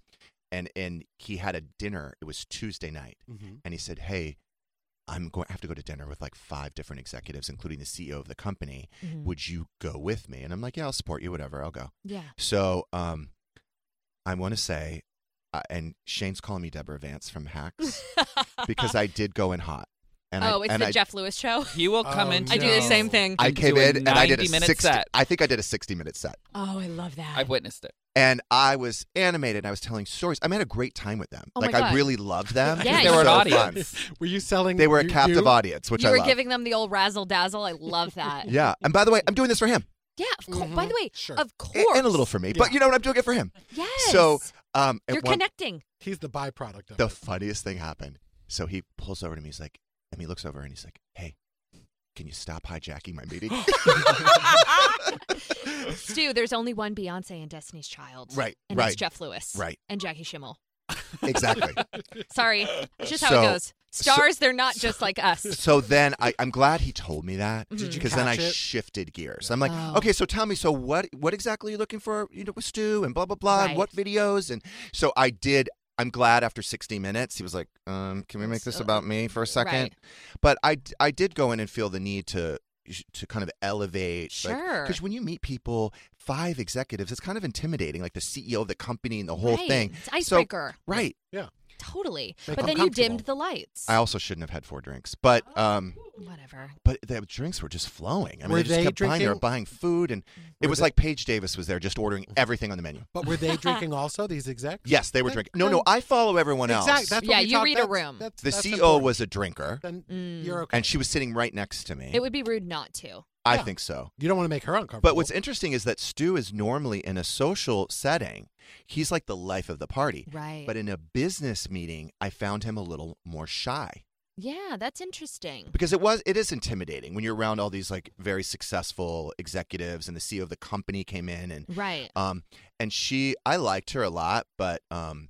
[SPEAKER 2] and and he had a dinner. It was Tuesday night,
[SPEAKER 3] Mhm.
[SPEAKER 2] and he said, "Hey." I'm going. I have to go to dinner with like five different executives, including the CEO of the company.
[SPEAKER 6] Mm.
[SPEAKER 8] Mhm.
[SPEAKER 6] Mm-hmm.
[SPEAKER 2] Would you go with me? And I'm like, yeah, I'll support you. Whatever, I'll go.
[SPEAKER 8] Yeah.
[SPEAKER 2] So, um, I want to say, uh, and Shane's calling me Deborah Vance from Hacks because I did go in hot. And
[SPEAKER 6] oh,
[SPEAKER 2] I,
[SPEAKER 6] it's
[SPEAKER 2] and
[SPEAKER 6] the
[SPEAKER 2] I,
[SPEAKER 6] Jeff Lewis show.
[SPEAKER 5] He will
[SPEAKER 2] Oh,
[SPEAKER 5] come in.
[SPEAKER 6] I do the same thing.
[SPEAKER 2] I came in and I did a
[SPEAKER 5] 90-minute
[SPEAKER 2] 60.
[SPEAKER 5] set.
[SPEAKER 2] I think I did a 60 minute set,
[SPEAKER 6] Oh, I love that.
[SPEAKER 5] I've witnessed it.
[SPEAKER 2] and I was animated. I was telling stories. I mean, I had a great time with them.
[SPEAKER 6] Oh my
[SPEAKER 2] like
[SPEAKER 6] God.
[SPEAKER 2] I really loved them.
[SPEAKER 6] Yeah,
[SPEAKER 2] It
[SPEAKER 6] They
[SPEAKER 2] was
[SPEAKER 6] were an
[SPEAKER 2] so
[SPEAKER 5] audience.
[SPEAKER 2] fun.
[SPEAKER 3] Were you selling?
[SPEAKER 2] Mm-hmm. They were a
[SPEAKER 3] you-
[SPEAKER 2] captive
[SPEAKER 3] you?
[SPEAKER 2] audience, which
[SPEAKER 6] you
[SPEAKER 2] I
[SPEAKER 6] were
[SPEAKER 2] love.
[SPEAKER 6] giving them the old razzle dazzle. I love that.
[SPEAKER 2] yeah, and by the way, I'm doing this for him.
[SPEAKER 6] Yeah, of course. By
[SPEAKER 2] Mm-hmm.
[SPEAKER 6] the way, of
[SPEAKER 2] A-
[SPEAKER 6] course.
[SPEAKER 2] and a little for me. But you know what? I'm doing it for him.
[SPEAKER 6] Yes.
[SPEAKER 2] So um, at
[SPEAKER 6] You're
[SPEAKER 2] one-
[SPEAKER 6] connecting.
[SPEAKER 3] He's the byproduct of
[SPEAKER 2] the funniest thing happened. So he pulls over to me. He's like, and he looks over and he's like, "Hey, can you stop hijacking my meeting?"
[SPEAKER 6] Stu, there's only one Beyonce and Destiny's Child.
[SPEAKER 2] Right,
[SPEAKER 6] And
[SPEAKER 2] right,
[SPEAKER 6] it's Jeff Lewis.
[SPEAKER 2] right.
[SPEAKER 6] And Jackie Schimmel.
[SPEAKER 2] exactly.
[SPEAKER 6] Sorry. It's just how
[SPEAKER 2] So-
[SPEAKER 6] it goes. Stars, they're not just like us.
[SPEAKER 2] So then I, I'm glad he told me that
[SPEAKER 6] Did you
[SPEAKER 2] because then I
[SPEAKER 6] catch it?
[SPEAKER 2] shifted gears. I'm like,
[SPEAKER 6] Oh.
[SPEAKER 2] okay, so tell me, so what what exactly are you looking for? You know, with Stu and blah blah blah, and
[SPEAKER 6] Right.
[SPEAKER 2] what videos and so I did. I'm glad after 60 minutes, he was like, um, "Can we make this
[SPEAKER 6] So-
[SPEAKER 2] about me for a second?
[SPEAKER 6] Right.
[SPEAKER 2] But I d- I did go in and feel the need to to kind of elevate
[SPEAKER 6] Sure.
[SPEAKER 2] because when you meet people five executives it's kind of intimidating like the ceo of the company and the whole thing
[SPEAKER 6] It's
[SPEAKER 2] So-
[SPEAKER 6] icebreaker.
[SPEAKER 2] right
[SPEAKER 3] Yeah.
[SPEAKER 6] Totally.
[SPEAKER 2] Make
[SPEAKER 6] but
[SPEAKER 2] them
[SPEAKER 6] then you
[SPEAKER 2] comfortable.
[SPEAKER 6] dimmed the lights.
[SPEAKER 2] i also shouldn't have had four drinks but
[SPEAKER 6] Oh.
[SPEAKER 2] um
[SPEAKER 6] Whatever.
[SPEAKER 2] but the drinks were just flowing. I mean,
[SPEAKER 3] Were
[SPEAKER 2] they just
[SPEAKER 3] they
[SPEAKER 2] kept buying. They were
[SPEAKER 3] drinking-
[SPEAKER 2] buying food, and it
[SPEAKER 3] Were
[SPEAKER 2] was
[SPEAKER 3] they-
[SPEAKER 2] like Paige Davis was there, just ordering everything on the menu.
[SPEAKER 3] But were they drinking also these execs?
[SPEAKER 2] Yes, they were drinking. No, no, I follow everyone else.
[SPEAKER 3] Exactly. That's what
[SPEAKER 6] Yeah,
[SPEAKER 3] we
[SPEAKER 6] you
[SPEAKER 3] talk-
[SPEAKER 6] read a
[SPEAKER 3] that's-
[SPEAKER 6] room.
[SPEAKER 3] that's-
[SPEAKER 2] the
[SPEAKER 3] that's
[SPEAKER 2] CEO
[SPEAKER 3] important.
[SPEAKER 2] was a drinker,
[SPEAKER 3] Then
[SPEAKER 6] Mm.
[SPEAKER 3] you're okay.
[SPEAKER 2] and she was sitting right next to me.
[SPEAKER 6] It would be rude not to.
[SPEAKER 2] I
[SPEAKER 6] Yeah.
[SPEAKER 2] think so.
[SPEAKER 3] You don't want to make her uncomfortable.
[SPEAKER 2] But what's interesting is that Stu is normally in a social setting. He's like the life of the party.
[SPEAKER 6] Right.
[SPEAKER 2] But in a business meeting, I found him a little more shy.
[SPEAKER 6] Yeah, that's interesting.
[SPEAKER 2] because it was it is intimidating when you're around all these like very successful executives and the CEO of the company came in and
[SPEAKER 6] Right.
[SPEAKER 2] um and she I liked her a lot but um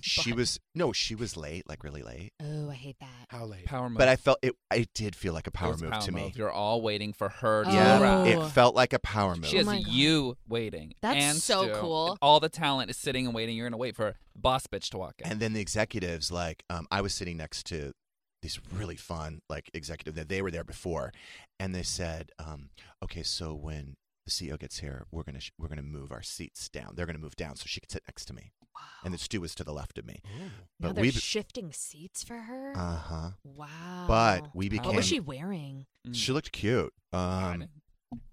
[SPEAKER 2] she was no she was late like really late
[SPEAKER 6] Oh, I hate that.
[SPEAKER 3] How late?
[SPEAKER 5] Power move.
[SPEAKER 2] but I felt it it did feel like a
[SPEAKER 5] It
[SPEAKER 2] power
[SPEAKER 5] was
[SPEAKER 2] move to me
[SPEAKER 5] You're all waiting for her to
[SPEAKER 6] Oh.
[SPEAKER 2] yeah
[SPEAKER 5] go around.
[SPEAKER 2] it felt like a power move
[SPEAKER 5] She has you waiting.
[SPEAKER 6] That's
[SPEAKER 5] and
[SPEAKER 6] so
[SPEAKER 5] Stu.
[SPEAKER 6] cool.
[SPEAKER 5] And all the talent is sitting and waiting. You're gonna wait for boss bitch to walk in.
[SPEAKER 2] and then the executives like um I was sitting next to this really fun like executive that they were there before and they said um okay so when the CEO gets here we're going to sh- we're going to move our seats down they're going to move down so she could sit next to me and
[SPEAKER 6] Oh.
[SPEAKER 2] the stew was to the left of me.
[SPEAKER 3] Oh.
[SPEAKER 6] now they're shifting seats for her.
[SPEAKER 2] uh huh.
[SPEAKER 6] wow.
[SPEAKER 2] But we
[SPEAKER 6] What
[SPEAKER 2] became.
[SPEAKER 6] was she wearing?
[SPEAKER 3] Mm.
[SPEAKER 2] She looked cute. Um,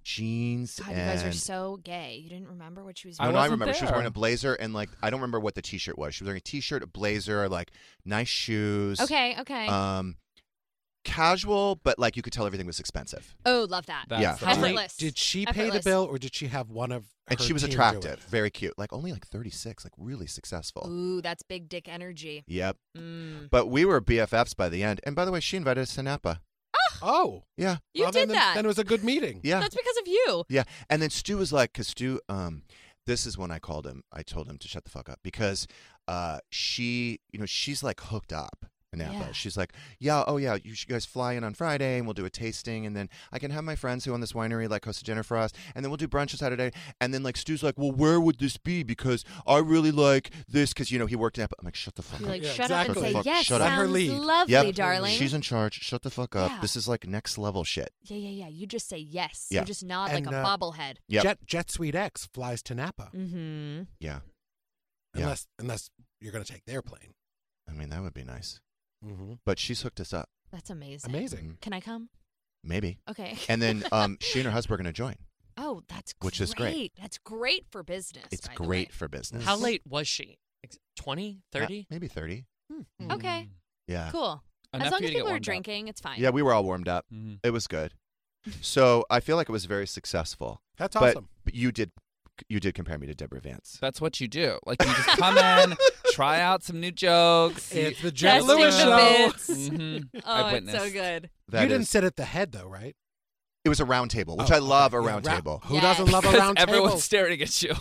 [SPEAKER 2] jeans
[SPEAKER 6] God, you
[SPEAKER 2] and.
[SPEAKER 6] guys are so gay. You didn't remember what she was
[SPEAKER 2] I,
[SPEAKER 6] wearing.
[SPEAKER 2] no, I remember she was wearing a blazer and like I don't remember what the t-shirt was. She was wearing a t-shirt, a blazer, like nice shoes.
[SPEAKER 6] Okay, okay.
[SPEAKER 2] Um, casual, but like you could tell everything was expensive.
[SPEAKER 6] oh, love that.
[SPEAKER 2] That's Yeah. the one.
[SPEAKER 6] Effortless.
[SPEAKER 3] Did she pay the
[SPEAKER 6] Effortless.
[SPEAKER 3] bill, or did she have one of?
[SPEAKER 2] And
[SPEAKER 3] her
[SPEAKER 2] she was
[SPEAKER 3] team do it?
[SPEAKER 2] attractive, very cute, like only like 36, like really successful.
[SPEAKER 6] Ooh, that's big dick energy.
[SPEAKER 2] Yep.
[SPEAKER 6] Mm.
[SPEAKER 2] But we were BFFs by the end. And by the way, she invited us to Napa.
[SPEAKER 6] Oh,
[SPEAKER 3] Oh.
[SPEAKER 2] Yeah.
[SPEAKER 6] You
[SPEAKER 3] Well,
[SPEAKER 6] did
[SPEAKER 3] then-
[SPEAKER 6] that.
[SPEAKER 3] Then it was a good meeting.
[SPEAKER 2] Yeah.
[SPEAKER 6] That's because of you.
[SPEAKER 2] Yeah. And then Stu was like, because Stu, um, this is when I called him. I told him to shut the fuck up because uh, she, you know, she's like hooked up. in Napa.
[SPEAKER 8] Yeah.
[SPEAKER 2] She's like, yeah, oh yeah, you should guys fly in on Friday and we'll do a tasting and then I can have my friends who own this winery like Costa Jenner Frost and then we'll do brunch on Saturday and then like Stu's like, well, where would this be because I really like this because you know he worked in Napa. I'm like, shut the fuck
[SPEAKER 6] You're
[SPEAKER 2] up.
[SPEAKER 6] like, Yeah, Uh-huh. shut up and
[SPEAKER 2] Shut the
[SPEAKER 6] say,
[SPEAKER 2] fuck-
[SPEAKER 6] "Yes,
[SPEAKER 2] shut up."
[SPEAKER 6] sounds Let her lead. lovely,
[SPEAKER 2] Yep.
[SPEAKER 6] darling.
[SPEAKER 2] She's in charge. Shut the fuck up.
[SPEAKER 6] Yeah.
[SPEAKER 2] This is like next level shit.
[SPEAKER 6] Yeah, yeah, yeah. You just say yes.
[SPEAKER 2] Yeah.
[SPEAKER 6] You just nod
[SPEAKER 3] And,
[SPEAKER 6] like a
[SPEAKER 3] uh,
[SPEAKER 6] bobblehead.
[SPEAKER 2] Yep.
[SPEAKER 3] Jet Jet Suite X flies to Napa.
[SPEAKER 6] Mm-hmm.
[SPEAKER 2] Yeah. Yeah.
[SPEAKER 3] Unless unless you're going to take their plane.
[SPEAKER 2] I mean, that would be nice.
[SPEAKER 3] Mm-hmm.
[SPEAKER 2] But she's hooked us up.
[SPEAKER 6] That's amazing.
[SPEAKER 2] Amazing.
[SPEAKER 6] Can I come?
[SPEAKER 2] Maybe.
[SPEAKER 6] Okay.
[SPEAKER 2] And then um, she and her husband are going to join.
[SPEAKER 6] Oh, that's great.
[SPEAKER 2] Which is great.
[SPEAKER 6] That's great for business.
[SPEAKER 2] It's
[SPEAKER 6] by the way.
[SPEAKER 2] great for business.
[SPEAKER 7] How late was she? 20,
[SPEAKER 2] Yeah,
[SPEAKER 7] 30?
[SPEAKER 2] maybe 30.
[SPEAKER 6] Okay.
[SPEAKER 2] Yeah.
[SPEAKER 6] Cool.
[SPEAKER 2] Enough
[SPEAKER 6] as long
[SPEAKER 2] for you
[SPEAKER 6] as
[SPEAKER 2] to get
[SPEAKER 6] people are
[SPEAKER 2] warmed up.
[SPEAKER 6] drinking, it's fine.
[SPEAKER 2] Yeah, we were all warmed up.
[SPEAKER 5] Mm-hmm.
[SPEAKER 3] Mm.
[SPEAKER 2] It was good. So I feel like it was very successful.
[SPEAKER 5] That's
[SPEAKER 2] But-
[SPEAKER 5] awesome.
[SPEAKER 2] But you did, you did compare me to Deborah Vance.
[SPEAKER 5] That's what you do. Like you just come in, try out some new jokes.
[SPEAKER 3] It's
[SPEAKER 5] You-
[SPEAKER 3] the Jet Testing Lewis the show. bits.
[SPEAKER 5] Mhm.
[SPEAKER 3] Oh,
[SPEAKER 5] I've
[SPEAKER 3] it's so
[SPEAKER 5] witnessed.
[SPEAKER 6] good.
[SPEAKER 2] That
[SPEAKER 3] you didn't
[SPEAKER 2] is-
[SPEAKER 3] sit at the head though, right?
[SPEAKER 2] It was a round table, which
[SPEAKER 3] Oh,
[SPEAKER 2] I love
[SPEAKER 3] okay.
[SPEAKER 2] a
[SPEAKER 3] Yeah,
[SPEAKER 2] round
[SPEAKER 3] ra-
[SPEAKER 2] table.
[SPEAKER 3] Who doesn't love a
[SPEAKER 5] Because
[SPEAKER 3] round
[SPEAKER 5] everyone's
[SPEAKER 3] table?
[SPEAKER 5] staring at you.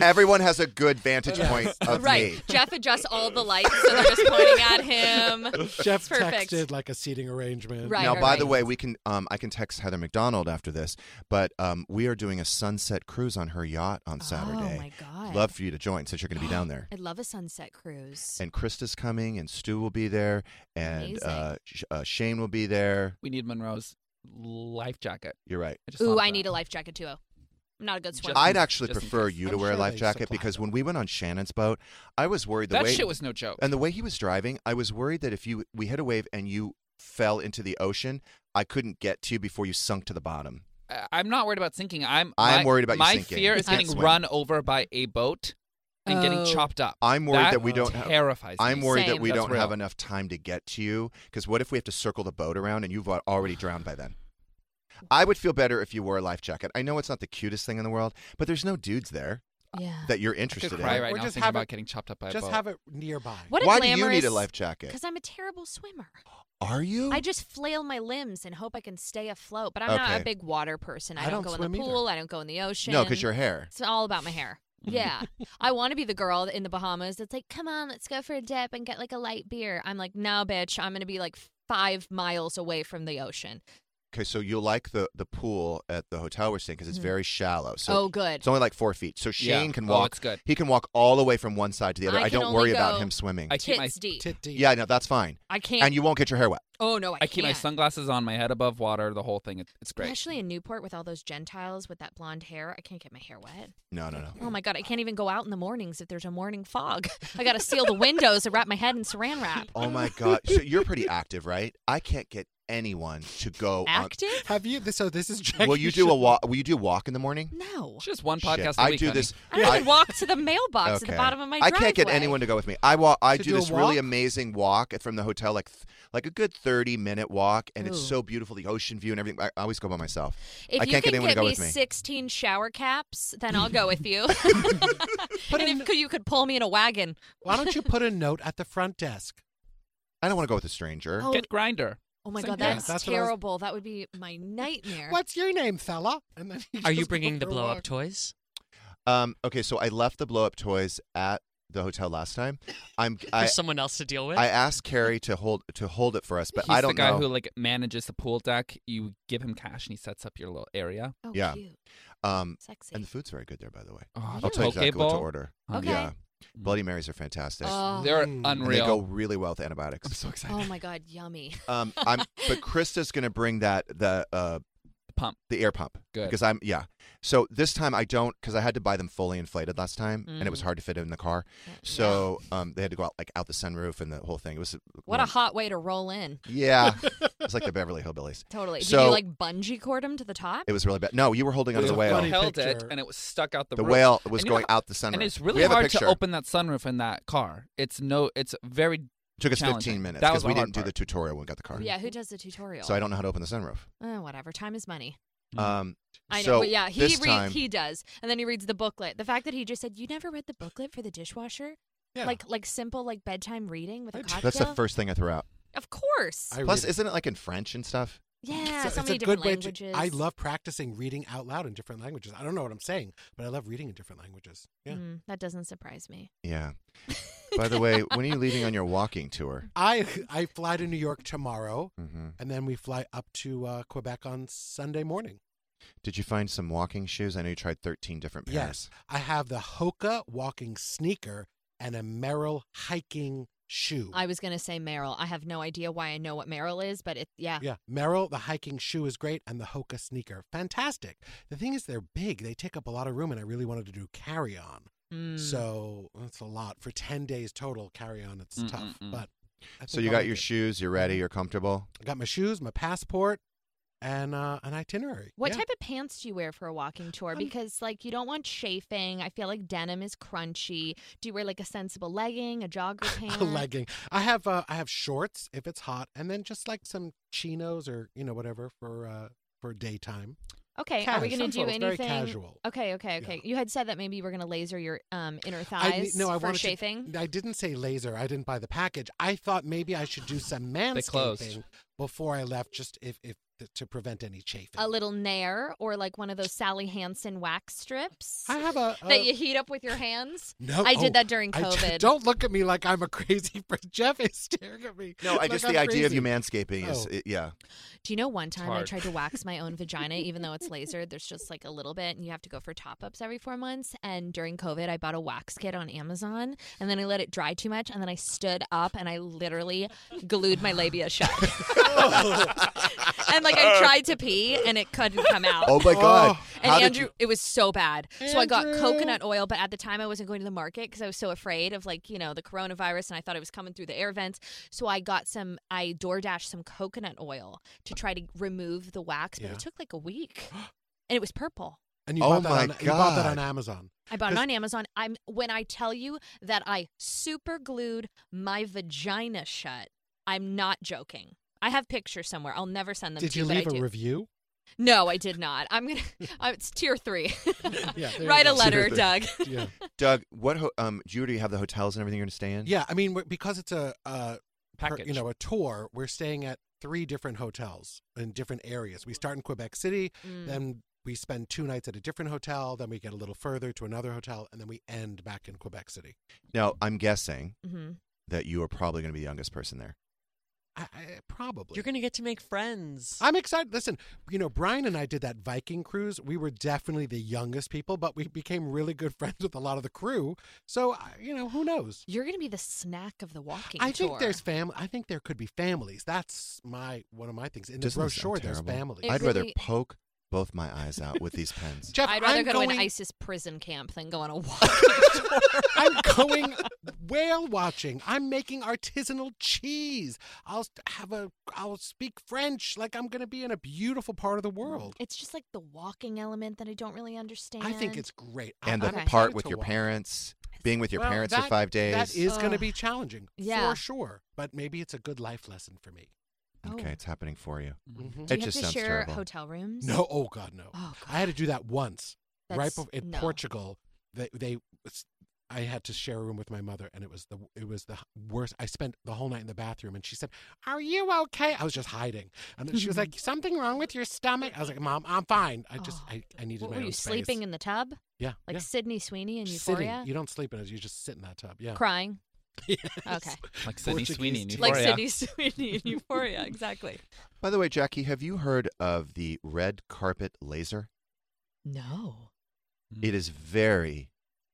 [SPEAKER 2] Everyone has a good vantage
[SPEAKER 5] Yeah.
[SPEAKER 2] point of
[SPEAKER 6] right.
[SPEAKER 2] me.
[SPEAKER 6] Jeff adjusts all the lights so they're just pointing at him.
[SPEAKER 3] Jeff
[SPEAKER 6] it's perfect.
[SPEAKER 3] texted like a seating arrangement.
[SPEAKER 6] Right,
[SPEAKER 2] now,
[SPEAKER 6] right,
[SPEAKER 2] by the
[SPEAKER 6] right.
[SPEAKER 2] way, we can um, I can text Heather McDonald after this, but um, we are doing a sunset cruise on her yacht on Saturday.
[SPEAKER 6] Oh, my God.
[SPEAKER 2] Love for you to join since you're going to be down there.
[SPEAKER 6] I love a sunset cruise.
[SPEAKER 2] And Krista's coming, and Stu will be there, and
[SPEAKER 6] Amazing.
[SPEAKER 2] uh, Sh- uh, Shane will be there.
[SPEAKER 5] We need Monroe's life jacket.
[SPEAKER 2] You're right.
[SPEAKER 6] Ooh, I need a life jacket too. I'm not a good swimmer.
[SPEAKER 2] I'd actually
[SPEAKER 5] just in
[SPEAKER 2] prefer
[SPEAKER 5] case.
[SPEAKER 2] you to
[SPEAKER 5] I'm
[SPEAKER 2] wear a
[SPEAKER 5] sure
[SPEAKER 2] life
[SPEAKER 5] they
[SPEAKER 2] jacket because when we went on Shannon's boat, I was worried the
[SPEAKER 5] That
[SPEAKER 2] way
[SPEAKER 5] shit was no joke.
[SPEAKER 2] And the way he was driving, I was worried that if you we hit a wave and you fell into the ocean, I couldn't get to you before you sunk to the bottom.
[SPEAKER 5] I- I'm not worried about sinking. I'm
[SPEAKER 2] I'm
[SPEAKER 5] my-
[SPEAKER 2] worried about you
[SPEAKER 5] my
[SPEAKER 2] sinking.
[SPEAKER 5] fear
[SPEAKER 2] You
[SPEAKER 5] is
[SPEAKER 2] can't
[SPEAKER 5] getting
[SPEAKER 2] swim.
[SPEAKER 5] run over by a boat and getting
[SPEAKER 2] Oh.
[SPEAKER 5] chopped up.
[SPEAKER 2] I'm worried that, we don't
[SPEAKER 5] terrifies
[SPEAKER 2] have, I'm
[SPEAKER 5] me.
[SPEAKER 2] worried that we
[SPEAKER 5] That's
[SPEAKER 2] don't have
[SPEAKER 5] real.
[SPEAKER 2] enough time to get to you because what if we have to circle the boat around and you've al- already drowned by then? I would feel better if you wore a life jacket. I know it's not the cutest thing in the world, but there's no dudes there
[SPEAKER 6] Yeah.
[SPEAKER 2] that you're
[SPEAKER 5] I could
[SPEAKER 2] interested
[SPEAKER 5] cry
[SPEAKER 2] in.
[SPEAKER 5] right
[SPEAKER 3] Or
[SPEAKER 5] now
[SPEAKER 3] just
[SPEAKER 5] thinking
[SPEAKER 3] have
[SPEAKER 5] about
[SPEAKER 3] it-
[SPEAKER 5] getting chopped up by a
[SPEAKER 3] Just
[SPEAKER 5] boat.
[SPEAKER 3] have it nearby.
[SPEAKER 6] What a
[SPEAKER 2] Why do you
[SPEAKER 6] glamorous,
[SPEAKER 2] need a life jacket?
[SPEAKER 6] Because I'm a terrible swimmer.
[SPEAKER 2] Are you?
[SPEAKER 6] I just flail my limbs and hope I can stay afloat. But I'm not
[SPEAKER 2] Okay.
[SPEAKER 6] a big water person. I,
[SPEAKER 2] I don't
[SPEAKER 6] don't, go in the
[SPEAKER 2] swim either.
[SPEAKER 6] pool. I don't go in the ocean.
[SPEAKER 2] No, 'cause your hair.
[SPEAKER 6] It's all about my hair. Yeah. I want to be the girl in the Bahamas that's like, come on, let's go for a dip and get like a light beer. I'm like, no, bitch, I'm going to be like five miles away from the ocean.
[SPEAKER 2] Okay, so you'll like the the pool at the hotel we're staying because it's
[SPEAKER 6] Mhm.
[SPEAKER 2] very shallow. So
[SPEAKER 6] Oh, good.
[SPEAKER 2] It's only like four feet. So Shane can
[SPEAKER 5] Mm-hmm. Oh,
[SPEAKER 2] walk.
[SPEAKER 5] it's good.
[SPEAKER 2] He can walk all the way from one side to the other.
[SPEAKER 6] I
[SPEAKER 2] I,
[SPEAKER 6] can
[SPEAKER 2] don't
[SPEAKER 6] only
[SPEAKER 2] worry about
[SPEAKER 6] go
[SPEAKER 2] him swimming.
[SPEAKER 5] I keep my-
[SPEAKER 6] Tits deep.
[SPEAKER 2] yeah, no, that's fine.
[SPEAKER 6] I can't-
[SPEAKER 2] And you won't get your hair wet.
[SPEAKER 6] Oh, no, I,
[SPEAKER 5] I keep my
[SPEAKER 6] can't.
[SPEAKER 5] sunglasses on, my head above water, the whole thing. It- It's great.
[SPEAKER 6] Especially in Newport with all those Gentiles with that blonde hair. I can't get my hair wet.
[SPEAKER 2] No, no, no.
[SPEAKER 6] Oh my god, I can't even go out in the mornings if there's a morning fog. I gotta seal the windows and wrap my head in saran wrap.
[SPEAKER 2] Oh my god. So you're pretty active, right? I can't get anyone to go
[SPEAKER 6] Active?
[SPEAKER 3] Have you? this- So this is Jackie.
[SPEAKER 2] on. Will you do a walk? Will you do a walk in the morning?
[SPEAKER 6] No.
[SPEAKER 5] Just one
[SPEAKER 2] Shit,
[SPEAKER 5] podcast. a
[SPEAKER 2] I
[SPEAKER 5] week,
[SPEAKER 2] do
[SPEAKER 5] honey.
[SPEAKER 2] this.
[SPEAKER 6] I don't
[SPEAKER 2] I-
[SPEAKER 6] even walk to the mailbox at
[SPEAKER 2] Okay.
[SPEAKER 6] the bottom of my
[SPEAKER 2] I
[SPEAKER 6] driveway.
[SPEAKER 2] can't get anyone to go with me. I walk. I
[SPEAKER 3] To
[SPEAKER 2] do
[SPEAKER 3] do a
[SPEAKER 2] this really
[SPEAKER 3] walk?
[SPEAKER 2] amazing walk from the hotel, like th- like a good thirty minute walk, and it's
[SPEAKER 6] Ooh.
[SPEAKER 2] so beautiful, the ocean view and everything. I I always go by myself.
[SPEAKER 6] If
[SPEAKER 2] I
[SPEAKER 6] you
[SPEAKER 2] can't
[SPEAKER 6] can
[SPEAKER 2] get anyone
[SPEAKER 6] get
[SPEAKER 2] to go
[SPEAKER 6] me
[SPEAKER 2] with me.
[SPEAKER 6] 16 shower caps, then I'll go with you. and if you could pull me in a wagon.
[SPEAKER 3] Why don't you put a note at the front desk?
[SPEAKER 2] I don't want to go with a stranger.
[SPEAKER 6] Oh, Get
[SPEAKER 5] grinder.
[SPEAKER 6] Oh my
[SPEAKER 3] Same
[SPEAKER 6] god,
[SPEAKER 3] thing.
[SPEAKER 6] that's,
[SPEAKER 3] That's what I was-
[SPEAKER 6] terrible. That would be my nightmare.
[SPEAKER 3] What's your name, fella? And then he
[SPEAKER 7] Are you
[SPEAKER 3] just go
[SPEAKER 7] bringing the
[SPEAKER 3] for a
[SPEAKER 7] blow up
[SPEAKER 3] walk.
[SPEAKER 7] toys?
[SPEAKER 2] Um, okay, so I left the blow up toys at the hotel last time. I'm
[SPEAKER 7] For
[SPEAKER 2] I,
[SPEAKER 7] someone else to deal with?
[SPEAKER 2] I asked Carrie to hold to hold it for us, but
[SPEAKER 5] He's
[SPEAKER 2] I don't
[SPEAKER 5] the guy
[SPEAKER 2] know.
[SPEAKER 5] who like manages the pool deck. You give him cash and he sets up your little area.
[SPEAKER 6] Oh,
[SPEAKER 2] yeah.
[SPEAKER 6] cute.
[SPEAKER 2] Um,
[SPEAKER 6] Sexy.
[SPEAKER 2] and the food's very good there, by the way.
[SPEAKER 5] Oh,
[SPEAKER 2] I'll tell you
[SPEAKER 5] Poke
[SPEAKER 2] exactly what to
[SPEAKER 5] bowl?
[SPEAKER 2] order.
[SPEAKER 5] Okay.
[SPEAKER 2] Yeah. Bloody Marys are fantastic.
[SPEAKER 6] Oh.
[SPEAKER 5] They're
[SPEAKER 2] And They
[SPEAKER 5] unreal.
[SPEAKER 2] go really well with antibiotics. I'm so
[SPEAKER 6] Oh my god, yummy.
[SPEAKER 2] Um, I'm, but Krista's gonna bring that the uh,
[SPEAKER 5] pump,
[SPEAKER 2] the air pump,
[SPEAKER 5] Good.
[SPEAKER 2] because I'm yeah. So this time I don't because I had to buy them fully inflated last time, and it was
[SPEAKER 6] Mm.
[SPEAKER 2] hard to fit in the car. So um, they had to go out like out the sunroof and the whole thing. It was
[SPEAKER 6] What a hot way to roll in.
[SPEAKER 2] yeah. it's like the Beverly Hillbillies.
[SPEAKER 6] Totally.
[SPEAKER 2] So
[SPEAKER 6] Did you like bungee cord him to the top?
[SPEAKER 2] it was really bad. No, you were holding onto
[SPEAKER 5] There's
[SPEAKER 2] the
[SPEAKER 5] a
[SPEAKER 2] whale.
[SPEAKER 5] funny Held it, and it was stuck out the.
[SPEAKER 2] The
[SPEAKER 5] roof.
[SPEAKER 2] whale was
[SPEAKER 5] And you know
[SPEAKER 2] going
[SPEAKER 5] how-
[SPEAKER 2] out the sunroof.
[SPEAKER 5] And it's
[SPEAKER 2] We
[SPEAKER 5] really
[SPEAKER 2] have a
[SPEAKER 5] hard to
[SPEAKER 2] picture.
[SPEAKER 5] open that sunroof in that car. It's no. It's very.
[SPEAKER 2] Took us 15
[SPEAKER 5] challenging.
[SPEAKER 2] minutes
[SPEAKER 5] That was
[SPEAKER 2] because we
[SPEAKER 5] the hard
[SPEAKER 2] didn't do the tutorial when we got the car.
[SPEAKER 6] Yeah, who does the tutorial?
[SPEAKER 2] So I don't know how to open the sunroof.
[SPEAKER 6] Uh, whatever. Time is money.
[SPEAKER 2] Um,
[SPEAKER 6] Mm. I know.
[SPEAKER 2] so
[SPEAKER 6] but yeah, he
[SPEAKER 2] this
[SPEAKER 6] reads.
[SPEAKER 2] time,
[SPEAKER 6] He does, and then he reads the booklet. The fact that he just said, "You never read the booklet for the dishwasher,"
[SPEAKER 3] Yeah.
[SPEAKER 6] like like simple like bedtime reading with a cocktail.
[SPEAKER 2] that's the first thing I threw out.
[SPEAKER 6] Of course.
[SPEAKER 2] Plus, isn't it like in French and stuff?
[SPEAKER 6] Yeah,
[SPEAKER 3] So
[SPEAKER 6] so,
[SPEAKER 3] it's
[SPEAKER 6] many
[SPEAKER 3] a good
[SPEAKER 6] different
[SPEAKER 3] way
[SPEAKER 6] languages.
[SPEAKER 3] To, I love practicing reading out loud in different languages. I don't know what I'm saying, but I love reading in different languages. Yeah.
[SPEAKER 6] Mm, that doesn't surprise me.
[SPEAKER 2] Yeah. By the way, when are you leaving on your walking tour?
[SPEAKER 3] I I fly to New York tomorrow,
[SPEAKER 2] Mhm.
[SPEAKER 3] and then we fly up to uh, Quebec on Sunday morning.
[SPEAKER 2] Did you find some walking shoes? I know you tried 13 different pairs.
[SPEAKER 3] Yes, I have the Hoka walking sneaker and a Merrill hiking shoe.
[SPEAKER 6] I was going to say Merrill. I have no idea why I know what Merrill is, but it, yeah.
[SPEAKER 3] Yeah, Merrill, the hiking shoe is great, and the Hoka sneaker, fantastic. The thing is, they're big; they take up a lot of room, and I really wanted to do carry on.
[SPEAKER 6] Mm.
[SPEAKER 3] So that's a lot for ten days total. Carry on, it's
[SPEAKER 2] Mm,
[SPEAKER 3] tough,
[SPEAKER 2] mm, mm.
[SPEAKER 3] but I
[SPEAKER 2] So you
[SPEAKER 3] think I'll
[SPEAKER 2] got
[SPEAKER 3] make
[SPEAKER 2] your
[SPEAKER 3] it.
[SPEAKER 2] shoes, you're ready, you're comfortable.
[SPEAKER 3] I got my shoes, my passport, and uh, an itinerary.
[SPEAKER 6] What
[SPEAKER 3] Yeah. Um,
[SPEAKER 6] type of pants do you wear for a walking tour? Because like you don't want chafing. I feel like denim is crunchy. Do you wear like a sensible legging, a jogger pant?
[SPEAKER 3] a legging. I have uh, I have shorts if it's hot, and then just like some chinos or you know whatever for uh, for daytime.
[SPEAKER 6] Okay, are
[SPEAKER 3] Casual.
[SPEAKER 6] we gonna do
[SPEAKER 3] Simple, it's very
[SPEAKER 6] anything?
[SPEAKER 3] casual.
[SPEAKER 6] Okay, okay, okay. You had said that maybe you were gonna laser your um inner
[SPEAKER 3] I
[SPEAKER 6] thighs
[SPEAKER 3] ne- no, I
[SPEAKER 6] for
[SPEAKER 3] wanted
[SPEAKER 6] chafing.
[SPEAKER 3] To, I didn't say laser. I didn't buy the package. I thought maybe I should do some
[SPEAKER 5] closed.
[SPEAKER 3] manscaping before I left, just if if to prevent any chafing.
[SPEAKER 6] A little nair or like one of those Sally Hansen wax strips.
[SPEAKER 3] I have a,
[SPEAKER 6] that you heat up with your hands.
[SPEAKER 3] No,
[SPEAKER 6] I
[SPEAKER 3] oh,
[SPEAKER 6] did that during
[SPEAKER 3] I-
[SPEAKER 6] COVID.
[SPEAKER 3] don't look at me like I'm a crazy. per- Jeff is staring at me.
[SPEAKER 2] No, I
[SPEAKER 3] like
[SPEAKER 2] just
[SPEAKER 3] I'm
[SPEAKER 2] the idea of you
[SPEAKER 3] crazy.
[SPEAKER 2] manscaping is
[SPEAKER 3] Oh.
[SPEAKER 2] it- yeah.
[SPEAKER 6] Do you know one time I
[SPEAKER 2] hard.
[SPEAKER 6] tried to wax my own vagina, even though it's lasered? There's just like a little bit, and you have to go for top ups every four months. And during COVID, I bought a wax kit on Amazon, and then I let it dry too much, and then I stood up and I literally glued my labia shut.
[SPEAKER 3] Oh.
[SPEAKER 6] and like I tried to pee, and it couldn't come out.
[SPEAKER 2] Oh my God. Oh.
[SPEAKER 6] And
[SPEAKER 2] How did
[SPEAKER 6] Andrew,
[SPEAKER 2] you-
[SPEAKER 6] it was so bad. So I got
[SPEAKER 8] Andrew.
[SPEAKER 6] coconut oil, but at the time I wasn't going to the market because I was so afraid of like, you know, the coronavirus and I thought it was coming through the air vents. So I got some, I DoorDashed some coconut oil to try to remove the wax, but
[SPEAKER 3] Yeah.
[SPEAKER 6] it took like a week and it was purple.
[SPEAKER 3] And you
[SPEAKER 2] Oh
[SPEAKER 3] bought that
[SPEAKER 2] my
[SPEAKER 3] on, You bought that on
[SPEAKER 2] God.
[SPEAKER 3] Amazon.
[SPEAKER 6] I bought it
[SPEAKER 3] 'Cause-
[SPEAKER 6] on Amazon. I'm when I tell you that I super glued my vagina shut, I'm not joking. I have pictures somewhere. I'll never send them
[SPEAKER 3] Did
[SPEAKER 6] to
[SPEAKER 3] you
[SPEAKER 6] but I
[SPEAKER 3] leave a
[SPEAKER 6] do.
[SPEAKER 3] review?
[SPEAKER 6] No, I did not. I'm gonna. Uh, it's tier three.
[SPEAKER 3] Yeah, there you
[SPEAKER 6] Write a
[SPEAKER 3] go.
[SPEAKER 6] letter, Doug.
[SPEAKER 3] yeah.
[SPEAKER 2] Doug, what ho- um do you already have the hotels and everything you're going to stay in?
[SPEAKER 3] Yeah, I mean we're- because it's a uh, per- you
[SPEAKER 2] Package.
[SPEAKER 3] know, a tour. We're staying at three different hotels in different areas. We start in Quebec City,
[SPEAKER 6] Mm.
[SPEAKER 3] then we spend two nights at a different hotel, then we get a little further to another hotel, and then we end back in Quebec City.
[SPEAKER 2] Now, I'm guessing
[SPEAKER 6] Mhm.
[SPEAKER 2] that you are probably going to be the youngest person there.
[SPEAKER 3] I, I, probably.
[SPEAKER 7] You're going to get to make friends.
[SPEAKER 3] I'm excited. Listen, you know, Brian and I did that Viking cruise. We were definitely the youngest people, but we became really good friends with a lot of the crew. So, I- you know, who knows?
[SPEAKER 6] You're gonna be the snack of the walking
[SPEAKER 3] I
[SPEAKER 6] tour.
[SPEAKER 3] think there's family. I think there could be families. That's my one of my things. In the
[SPEAKER 2] Doesn't this sound
[SPEAKER 3] brochure, there's
[SPEAKER 2] terrible?
[SPEAKER 3] families.
[SPEAKER 6] It
[SPEAKER 2] I'd rather
[SPEAKER 6] really-
[SPEAKER 2] poke both my eyes out with these pens.
[SPEAKER 3] Jeff,
[SPEAKER 6] I'd rather
[SPEAKER 3] I'm
[SPEAKER 6] go to
[SPEAKER 3] going-
[SPEAKER 6] an ISIS prison camp than go on a walk.
[SPEAKER 3] I'm going whale watching. I'm making artisanal cheese. I'll st- have a. I'll speak French. Like I'm going to be in a beautiful part of the world.
[SPEAKER 6] it's just like the walking element that I don't really understand.
[SPEAKER 3] I think it's great. I-
[SPEAKER 2] and the
[SPEAKER 3] I'm excited
[SPEAKER 2] part with
[SPEAKER 3] to
[SPEAKER 2] your
[SPEAKER 3] watch.
[SPEAKER 2] parents, being with your
[SPEAKER 3] Well,
[SPEAKER 2] parents for
[SPEAKER 3] that-
[SPEAKER 2] 5 days.
[SPEAKER 3] That is going to
[SPEAKER 6] Ugh.
[SPEAKER 3] be challenging,
[SPEAKER 6] Yeah.
[SPEAKER 3] for sure. But maybe it's a good life lesson for me.
[SPEAKER 2] Okay,
[SPEAKER 3] Oh.
[SPEAKER 2] it's happening for you.
[SPEAKER 5] Mm-hmm.
[SPEAKER 3] Mhm.
[SPEAKER 2] It
[SPEAKER 6] Do you Oh, have
[SPEAKER 2] just
[SPEAKER 6] to
[SPEAKER 2] sounds
[SPEAKER 6] share
[SPEAKER 2] terrible.
[SPEAKER 6] hotel rooms?
[SPEAKER 3] No, oh God, no.
[SPEAKER 6] Oh,
[SPEAKER 3] I had to do that once, right
[SPEAKER 6] That's-
[SPEAKER 3] before in
[SPEAKER 6] no.
[SPEAKER 3] Portugal. They, they, I had to share a room with my mother, and it was the it was the worst. I spent the whole night in the bathroom, and she said, "Are you okay?" I was just hiding, and she was like, "Something wrong with your stomach?" I was like, "Mom, I'm fine. I just I, I needed
[SPEAKER 6] Oh, What,
[SPEAKER 3] my
[SPEAKER 6] were
[SPEAKER 3] own
[SPEAKER 6] you
[SPEAKER 3] space."
[SPEAKER 6] sleeping in the tub?
[SPEAKER 3] Yeah,
[SPEAKER 6] Like
[SPEAKER 3] yeah.
[SPEAKER 6] Sydney Sweeney in
[SPEAKER 3] Sitting.
[SPEAKER 6] Euphoria?
[SPEAKER 3] You don't sleep in it. You just sit in that tub. Yeah,
[SPEAKER 6] Crying? Okay.
[SPEAKER 5] Like Sydney
[SPEAKER 3] Portuguese
[SPEAKER 5] Sweeney in
[SPEAKER 3] tea.
[SPEAKER 6] Like
[SPEAKER 5] Euphoria.
[SPEAKER 6] Sydney Sweeney in Euphoria, exactly.
[SPEAKER 2] By the way, Jackie, have you heard of the red carpet laser?
[SPEAKER 6] No.
[SPEAKER 3] Hmm.
[SPEAKER 2] It is very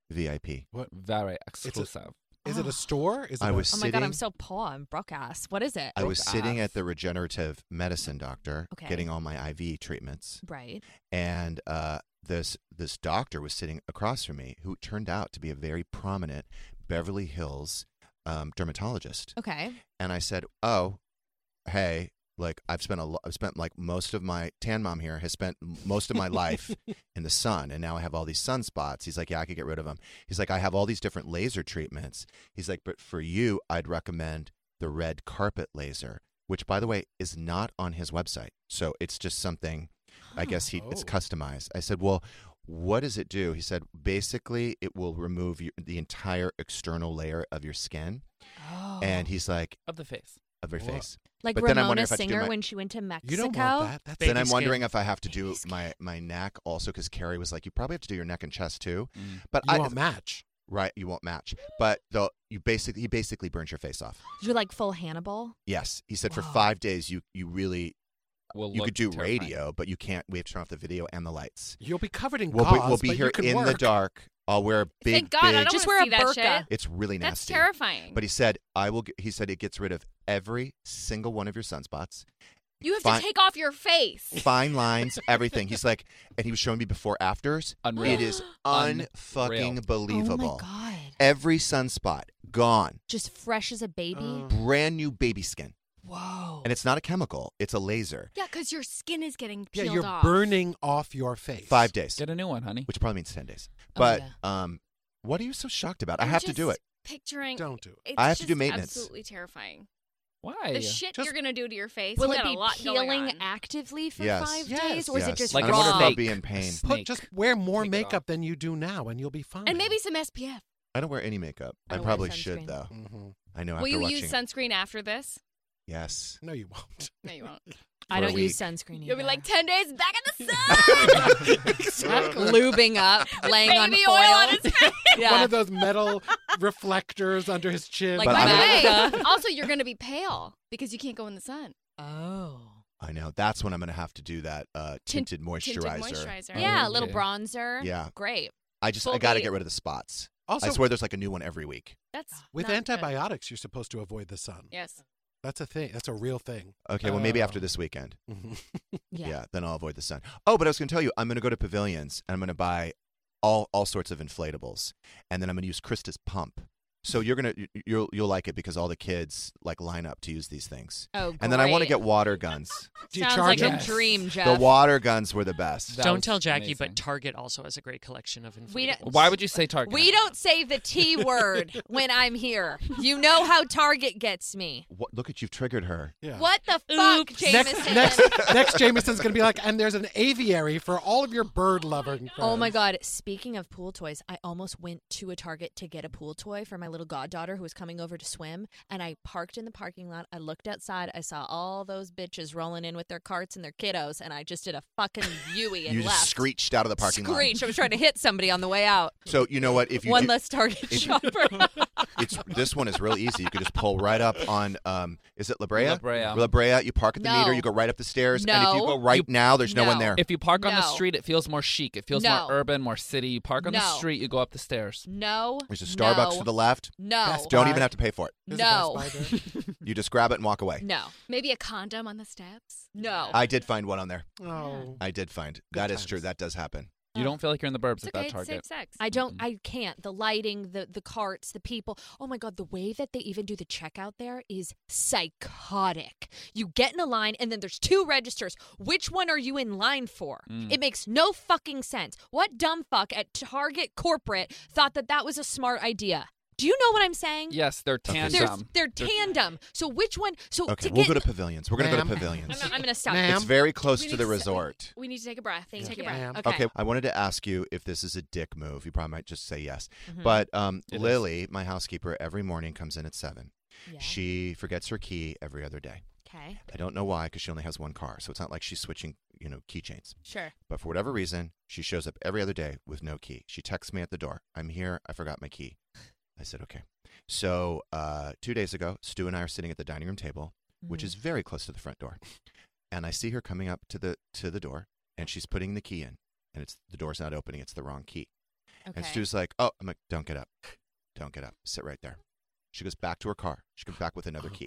[SPEAKER 2] VIP.
[SPEAKER 3] What?
[SPEAKER 5] Very
[SPEAKER 3] a-
[SPEAKER 5] exclusive.
[SPEAKER 3] Is it a store? Is it
[SPEAKER 2] I
[SPEAKER 3] a-
[SPEAKER 2] was
[SPEAKER 6] Oh my god, I'm
[SPEAKER 2] Sitting.
[SPEAKER 6] so poor. I'm broke ass. What is it?
[SPEAKER 2] I was sitting at the regenerative medicine doctor
[SPEAKER 6] Okay.
[SPEAKER 2] getting all my IV treatments.
[SPEAKER 6] Right.
[SPEAKER 2] and uh, this this doctor was sitting across from me, who turned out to be a very prominent Beverly Hills um, dermatologist.
[SPEAKER 6] Okay.
[SPEAKER 2] And I said, "Oh, hey, like I've spent a lo- I've spent like most of my tan mom here has spent m- most of my life in the sun, and now I have all these sunspots." He's like, "Yeah, I could get rid of them." He's like, "I have all these different laser treatments." He's like, "But for you, I'd recommend the red carpet laser." Which, by the way, is not on his website. So it's just something I guess he it's
[SPEAKER 3] Oh.
[SPEAKER 2] customized. I said, "Well, what does it do?" He said, "Basically, it will remove your, the entire external layer of your skin." And he's like,
[SPEAKER 5] Of the face.
[SPEAKER 2] of her face.
[SPEAKER 6] Like
[SPEAKER 2] but then I'm
[SPEAKER 6] Ramona
[SPEAKER 2] wondering if I have to do
[SPEAKER 6] Singer
[SPEAKER 2] my-
[SPEAKER 6] when she went to Mexico.
[SPEAKER 2] You don't
[SPEAKER 3] want that.
[SPEAKER 2] then I'm wondering if I have to do my my neck also because Carrie was like, you probably have to do your neck and chest too, but
[SPEAKER 3] You
[SPEAKER 2] I
[SPEAKER 3] won't match.
[SPEAKER 2] Right, you won't match. But the you basically he basically burns your face off.
[SPEAKER 6] You're like full Hannibal.
[SPEAKER 2] Yes, he said for
[SPEAKER 6] Wow.
[SPEAKER 2] five days you you really
[SPEAKER 5] Will
[SPEAKER 2] you
[SPEAKER 5] look
[SPEAKER 2] could do
[SPEAKER 5] terrifying.
[SPEAKER 2] radio, but you can't. We have to turn off the video and the lights.
[SPEAKER 3] You'll be covered in
[SPEAKER 2] We'll be,
[SPEAKER 3] gauze,
[SPEAKER 2] we'll be
[SPEAKER 3] but you
[SPEAKER 2] here
[SPEAKER 3] can
[SPEAKER 2] in the
[SPEAKER 3] work.
[SPEAKER 2] dark. I'll wear a big.
[SPEAKER 8] Thank God, I
[SPEAKER 2] big-
[SPEAKER 8] don't
[SPEAKER 6] Just
[SPEAKER 8] wanna
[SPEAKER 6] wear a
[SPEAKER 8] see that
[SPEAKER 6] burqa.
[SPEAKER 8] shit.
[SPEAKER 2] It's really
[SPEAKER 8] That's
[SPEAKER 2] nasty.
[SPEAKER 8] terrifying.
[SPEAKER 2] But he said, "I will." g- He said it gets rid of every single one of your sunspots.
[SPEAKER 8] you have
[SPEAKER 2] Fine-
[SPEAKER 8] to take off your face.
[SPEAKER 2] fine lines, everything. He's like, and he was showing me before afters.
[SPEAKER 5] Unreal.
[SPEAKER 2] It is
[SPEAKER 5] Unreal.
[SPEAKER 2] unfucking
[SPEAKER 6] Oh
[SPEAKER 2] believable.
[SPEAKER 6] my god!
[SPEAKER 2] Every sunspot gone,
[SPEAKER 6] Just fresh as a baby.
[SPEAKER 8] Uh.
[SPEAKER 2] brand new baby skin,
[SPEAKER 6] Whoa.
[SPEAKER 2] and it's not a chemical; it's a laser.
[SPEAKER 8] Yeah, because your skin is getting
[SPEAKER 3] Yeah,
[SPEAKER 8] peeled
[SPEAKER 3] you're
[SPEAKER 8] off.
[SPEAKER 3] burning off your face.
[SPEAKER 2] Five days,
[SPEAKER 5] Get a new one, honey.
[SPEAKER 2] which probably means ten days.
[SPEAKER 6] Oh,
[SPEAKER 2] But um, what are you so shocked about? I
[SPEAKER 8] I'm
[SPEAKER 2] have to do
[SPEAKER 8] just
[SPEAKER 2] it.
[SPEAKER 8] Picturing.
[SPEAKER 3] Don't do it.
[SPEAKER 8] It's
[SPEAKER 2] I have to do
[SPEAKER 8] just
[SPEAKER 2] maintenance.
[SPEAKER 8] Absolutely terrifying.
[SPEAKER 5] Why?
[SPEAKER 8] The shit you're gonna do to your face.
[SPEAKER 6] Will
[SPEAKER 8] you
[SPEAKER 6] it
[SPEAKER 8] got
[SPEAKER 6] be
[SPEAKER 8] a lot going
[SPEAKER 6] peeling
[SPEAKER 8] on.
[SPEAKER 6] actively for
[SPEAKER 2] Yes.
[SPEAKER 6] five
[SPEAKER 3] Yes.
[SPEAKER 6] days, or is it
[SPEAKER 2] Yes.
[SPEAKER 6] just
[SPEAKER 2] Like, I
[SPEAKER 6] raw?
[SPEAKER 2] wonder if I'll be in pain.
[SPEAKER 3] Put,
[SPEAKER 5] Snake.
[SPEAKER 3] just wear more
[SPEAKER 5] Take it off.
[SPEAKER 3] makeup than you do now, and you'll be fine.
[SPEAKER 8] And maybe some SPF.
[SPEAKER 2] I don't wear any makeup.
[SPEAKER 6] I
[SPEAKER 2] I,
[SPEAKER 6] don't wear
[SPEAKER 2] probably should
[SPEAKER 6] sunscreen.
[SPEAKER 2] though.
[SPEAKER 3] Mhm.
[SPEAKER 2] I know.
[SPEAKER 8] Will
[SPEAKER 2] after
[SPEAKER 8] you
[SPEAKER 2] watching,
[SPEAKER 8] use sunscreen after this?
[SPEAKER 2] yes.
[SPEAKER 3] No, you won't.
[SPEAKER 8] No, you won't.
[SPEAKER 6] I
[SPEAKER 2] for a
[SPEAKER 6] don't use
[SPEAKER 2] week.
[SPEAKER 6] sunscreen.
[SPEAKER 8] You'll be
[SPEAKER 6] either.
[SPEAKER 8] like ten days back in the sun.
[SPEAKER 6] lubing up, laying on
[SPEAKER 8] Baby
[SPEAKER 6] foil.
[SPEAKER 8] oil on his face.
[SPEAKER 6] yeah.
[SPEAKER 3] One of those metal reflectors under his chin.
[SPEAKER 6] Like
[SPEAKER 2] But
[SPEAKER 8] By
[SPEAKER 2] I'm
[SPEAKER 8] the
[SPEAKER 2] gonna-
[SPEAKER 8] way, also you're gonna be pale because you can't go in the sun.
[SPEAKER 6] oh.
[SPEAKER 2] I know. That's when I'm going to have to do that uh,
[SPEAKER 8] Tint-
[SPEAKER 2] tinted
[SPEAKER 8] tinted
[SPEAKER 2] moisturizer. Oh.
[SPEAKER 8] moisturizer.
[SPEAKER 6] Yeah, a little
[SPEAKER 5] Okay.
[SPEAKER 6] bronzer.
[SPEAKER 2] Yeah.
[SPEAKER 6] Great.
[SPEAKER 2] I just
[SPEAKER 8] Full
[SPEAKER 2] I got to
[SPEAKER 8] beat.
[SPEAKER 2] get rid of the spots.
[SPEAKER 3] Also-
[SPEAKER 2] I swear there's like a new one every week.
[SPEAKER 8] That's not
[SPEAKER 3] With
[SPEAKER 8] good.
[SPEAKER 3] antibiotics, you're supposed to avoid the sun.
[SPEAKER 8] Yes.
[SPEAKER 3] That's a thing. That's a real thing.
[SPEAKER 2] Okay, well maybe
[SPEAKER 5] Oh.
[SPEAKER 2] after this weekend.
[SPEAKER 3] Mhm.
[SPEAKER 6] Yeah.
[SPEAKER 2] Yeah. then I'll avoid the sun. Oh, but I was going to tell you, I'm going to go to Pavilions and I'm going to buy all all sorts of inflatables, and then I'm going to use Krista's pump. So you're gonna you- you'll you'll like it because all the kids like line up to use these things.
[SPEAKER 6] Oh,
[SPEAKER 2] And then I want to get
[SPEAKER 6] great.
[SPEAKER 2] water guns.
[SPEAKER 3] Do you
[SPEAKER 6] Sounds
[SPEAKER 3] charge
[SPEAKER 6] like
[SPEAKER 3] him?
[SPEAKER 6] a dream, Jeff.
[SPEAKER 2] The water guns were the best.
[SPEAKER 5] That
[SPEAKER 7] don't
[SPEAKER 5] was
[SPEAKER 7] tell Jackie,
[SPEAKER 5] amazing.
[SPEAKER 7] but Target also has a great collection of inflatables.
[SPEAKER 6] We don't-
[SPEAKER 5] Why would you say Target?
[SPEAKER 6] We don't say the T word when I'm here. You know how Target gets me.
[SPEAKER 2] What, look at you've triggered her.
[SPEAKER 3] Yeah.
[SPEAKER 6] What the fuck,
[SPEAKER 7] Oops.
[SPEAKER 6] Jameson?
[SPEAKER 3] Next, next Jameson's going to be like, and there's an aviary for all of your bird loving friends.
[SPEAKER 6] Oh my god, speaking of pool toys, I almost went to a Target to get a pool toy for my little goddaughter who was coming over to swim, and I parked in the parking lot. I looked outside, I saw all those bitches rolling in with their carts and their kiddos, and I just did a fucking Yui and
[SPEAKER 2] You
[SPEAKER 6] left.
[SPEAKER 2] just screeched out of the parking lot.
[SPEAKER 6] Screech. I was trying to hit somebody on the way out.
[SPEAKER 2] So you know what? If you
[SPEAKER 6] One
[SPEAKER 2] do-
[SPEAKER 6] less Target
[SPEAKER 2] if-
[SPEAKER 6] shopper.
[SPEAKER 2] it's this one is real easy. You could just pull right up on um, is it La Brea?
[SPEAKER 5] La Brea.
[SPEAKER 2] La Brea. You park at the meter.
[SPEAKER 6] No.
[SPEAKER 2] You go right up the stairs, and if you
[SPEAKER 6] No.
[SPEAKER 2] go right
[SPEAKER 5] You-
[SPEAKER 2] now, there's no. one
[SPEAKER 6] No.
[SPEAKER 2] there.
[SPEAKER 5] If you park on the
[SPEAKER 6] No.
[SPEAKER 5] street, it feels more chic. It feels
[SPEAKER 6] No.
[SPEAKER 5] more urban, more city. You park on the
[SPEAKER 6] No.
[SPEAKER 5] street, you go up the stairs.
[SPEAKER 6] no.
[SPEAKER 2] there's a Starbucks
[SPEAKER 6] no,
[SPEAKER 2] to the left.
[SPEAKER 6] No. uh,
[SPEAKER 3] Best
[SPEAKER 2] Don't
[SPEAKER 3] Why?
[SPEAKER 2] even have to pay for it.
[SPEAKER 3] There's a
[SPEAKER 6] No.
[SPEAKER 3] Best Buy there.
[SPEAKER 2] You just grab it and walk away.
[SPEAKER 6] No.
[SPEAKER 8] Maybe a condom on the steps.
[SPEAKER 6] No.
[SPEAKER 2] I did find one on there.
[SPEAKER 3] Oh.
[SPEAKER 2] I did find.
[SPEAKER 3] Good
[SPEAKER 2] that is
[SPEAKER 3] times.
[SPEAKER 2] true. That does happen.
[SPEAKER 5] You don't feel like you're in the burbs
[SPEAKER 8] It's
[SPEAKER 5] at
[SPEAKER 8] okay.
[SPEAKER 5] that
[SPEAKER 8] It's safe
[SPEAKER 5] Target.
[SPEAKER 8] sex.
[SPEAKER 6] I don't. I can't. The lighting, the the carts, the people. Oh my god, the way that they even do the checkout there is psychotic. You get in a line, and then there's two registers. Which one are you in line for?
[SPEAKER 2] Mm.
[SPEAKER 6] It makes no fucking sense. What dumb fuck at Target corporate thought that that was a smart idea? Do you know what I'm saying?
[SPEAKER 5] Yes, they're
[SPEAKER 2] Okay.
[SPEAKER 6] They're,
[SPEAKER 5] tandem.
[SPEAKER 6] they're tandem. So which one? So
[SPEAKER 2] Okay,
[SPEAKER 6] to
[SPEAKER 2] we'll
[SPEAKER 6] get,
[SPEAKER 2] go to pavilions. We're gonna go to
[SPEAKER 3] Ma'am.
[SPEAKER 2] pavilions.
[SPEAKER 6] I'm, not- I'm gonna stop.
[SPEAKER 3] Ma'am.
[SPEAKER 2] It's very close
[SPEAKER 8] We
[SPEAKER 2] to
[SPEAKER 8] need
[SPEAKER 2] the
[SPEAKER 8] to s- uh,
[SPEAKER 2] resort.
[SPEAKER 8] We need to take a breath.
[SPEAKER 6] Thank
[SPEAKER 8] take
[SPEAKER 6] you.
[SPEAKER 8] a breath.
[SPEAKER 3] Ma'am.
[SPEAKER 2] Okay. I wanted to ask you if this is a dick move. You probably might just say yes.
[SPEAKER 6] Mm-hmm.
[SPEAKER 2] But um,
[SPEAKER 5] It is.
[SPEAKER 2] Lily, my housekeeper, every morning comes in at seven.
[SPEAKER 6] Yeah.
[SPEAKER 2] She forgets her key every other day.
[SPEAKER 6] Okay.
[SPEAKER 2] I don't know why, because she only has one car, so it's not like she's switching, you know, keychains.
[SPEAKER 6] Sure.
[SPEAKER 2] But for whatever reason, she shows up every other day with no key. She texts me at the door, "I'm here. I forgot my key." I said, "Okay." So uh, two days ago, Stu and I are sitting at the dining room table, which is very close to the front door, and I see her coming up to the to the door, and she's putting the key in, and it's the door's not opening. It's the wrong key.
[SPEAKER 6] Mm. Okay.
[SPEAKER 2] And Stu's like, "Oh, I'm like, don't get up, don't get up, sit right there." She goes back to her car. She comes back with another key,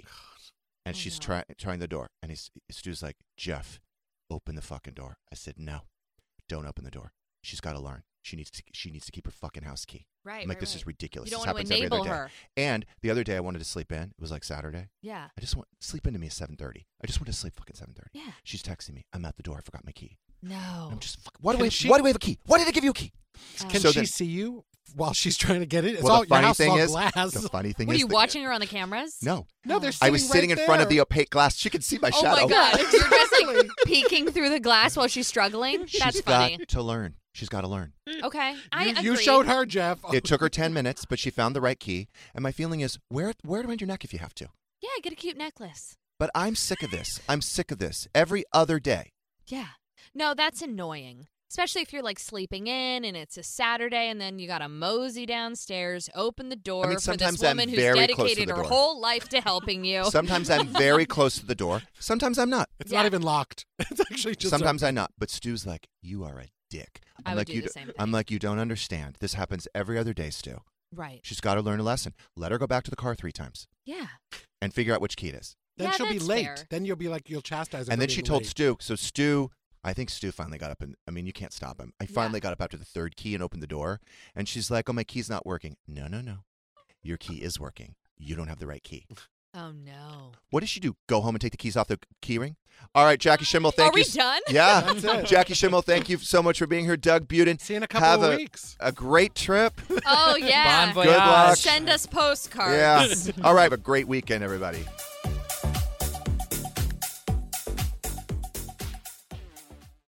[SPEAKER 2] and
[SPEAKER 6] Oh,
[SPEAKER 2] she's
[SPEAKER 6] no.
[SPEAKER 2] trying trying the door. And he's, Stu's like, "Jeff, open the fucking door." I said, "No, don't open the door. She's got to learn. She needs to she needs to keep her fucking house key."
[SPEAKER 6] Right,
[SPEAKER 2] I'm like,
[SPEAKER 6] right,
[SPEAKER 2] "This
[SPEAKER 6] right.
[SPEAKER 2] is ridiculous.
[SPEAKER 6] You don't
[SPEAKER 2] this
[SPEAKER 6] wanna
[SPEAKER 2] happens every other
[SPEAKER 6] enable
[SPEAKER 2] day."
[SPEAKER 6] her.
[SPEAKER 2] And the other day, I wanted to sleep in. It was like Saturday.
[SPEAKER 6] Yeah.
[SPEAKER 2] I just want sleep into me at 7:30. I just want to sleep fucking 7:30.
[SPEAKER 6] Yeah. Oh.
[SPEAKER 2] She's texting me. I'm at the door. I forgot my key.
[SPEAKER 6] No.
[SPEAKER 2] I'm just fuck. Why do
[SPEAKER 3] Can
[SPEAKER 2] I?
[SPEAKER 3] she-
[SPEAKER 2] why do I have a key? Why did I give you a key?
[SPEAKER 3] Can
[SPEAKER 2] So
[SPEAKER 3] she
[SPEAKER 2] then-
[SPEAKER 3] see you while she's trying to get it? It's
[SPEAKER 2] well,
[SPEAKER 3] all
[SPEAKER 2] the funny
[SPEAKER 3] your house is
[SPEAKER 2] thing
[SPEAKER 3] all
[SPEAKER 2] is,
[SPEAKER 3] glass.
[SPEAKER 2] the funny thing
[SPEAKER 6] What are
[SPEAKER 2] is
[SPEAKER 6] you
[SPEAKER 2] that-
[SPEAKER 6] watching her on the cameras?
[SPEAKER 2] No.
[SPEAKER 3] no, they're
[SPEAKER 2] I was
[SPEAKER 3] right
[SPEAKER 2] sitting in front of
[SPEAKER 3] there.
[SPEAKER 2] the opaque glass. She could see my
[SPEAKER 6] Oh
[SPEAKER 2] shadow.
[SPEAKER 6] my god! You're just like peeking through the glass while she's struggling.
[SPEAKER 2] She's
[SPEAKER 6] That's
[SPEAKER 2] got
[SPEAKER 6] funny.
[SPEAKER 2] to learn. She's got to learn.
[SPEAKER 6] Okay, I
[SPEAKER 3] You,
[SPEAKER 6] agree.
[SPEAKER 3] you showed her, Jeff.
[SPEAKER 2] It took her 10 minutes, but she found the right key. And my feeling is wear it, wear it around your neck if you have to.
[SPEAKER 6] Yeah, get a cute necklace.
[SPEAKER 2] But I'm sick of this. I'm sick of this. Every other day.
[SPEAKER 6] Yeah. No, that's annoying. Especially if you're like sleeping in and it's a Saturday and then you gotta mosey downstairs, open the door
[SPEAKER 2] mean,
[SPEAKER 6] for this
[SPEAKER 2] sometimes I'm
[SPEAKER 6] woman who's
[SPEAKER 2] very close to
[SPEAKER 6] dedicated
[SPEAKER 2] the
[SPEAKER 6] her
[SPEAKER 2] door.
[SPEAKER 6] whole life to helping you.
[SPEAKER 2] Sometimes I'm very close to the door. Sometimes I'm not.
[SPEAKER 3] It's not even locked. It's actually just.
[SPEAKER 2] Sometimes I'm not. But Stu's like, you are a dick.
[SPEAKER 6] I
[SPEAKER 2] I'm
[SPEAKER 6] would
[SPEAKER 2] like
[SPEAKER 6] do
[SPEAKER 2] you.
[SPEAKER 6] the
[SPEAKER 2] d-
[SPEAKER 6] same
[SPEAKER 2] I'm like you don't understand. This happens every other day, Stu.
[SPEAKER 6] Right.
[SPEAKER 2] She's got to learn a lesson. Let her go back to the car three times
[SPEAKER 6] Yeah.
[SPEAKER 2] and figure out which key it is.
[SPEAKER 3] Then
[SPEAKER 6] Yeah,
[SPEAKER 3] she'll be
[SPEAKER 6] that's
[SPEAKER 3] late.
[SPEAKER 6] fair.
[SPEAKER 3] Then you'll be like you'll chastise her.
[SPEAKER 2] and
[SPEAKER 3] for
[SPEAKER 2] then
[SPEAKER 3] being
[SPEAKER 2] she told
[SPEAKER 3] late.
[SPEAKER 2] Stu. So Stu, I think Stu finally got up, and I mean, you can't stop him. I finally got up after the third key and opened the door, and she's like, "Oh, my key's not working." No, no, no, your key is working. You don't have the right key.
[SPEAKER 6] Oh no.
[SPEAKER 2] What does she do? Go home and take the keys off the key ring? All right, Jackie Schimmel, thank
[SPEAKER 6] Are
[SPEAKER 2] you.
[SPEAKER 6] we done?
[SPEAKER 2] Yeah.
[SPEAKER 6] That's it.
[SPEAKER 2] Jackie Schimmel, thank you so much for being here. Doug Buden. See you in a
[SPEAKER 3] couple
[SPEAKER 2] have
[SPEAKER 3] of
[SPEAKER 2] a,
[SPEAKER 3] weeks.
[SPEAKER 2] A great trip.
[SPEAKER 6] Oh yeah.
[SPEAKER 2] Good luck.
[SPEAKER 6] Send us
[SPEAKER 2] Yeah.
[SPEAKER 6] postcards.
[SPEAKER 2] All right, have a great weekend, everybody.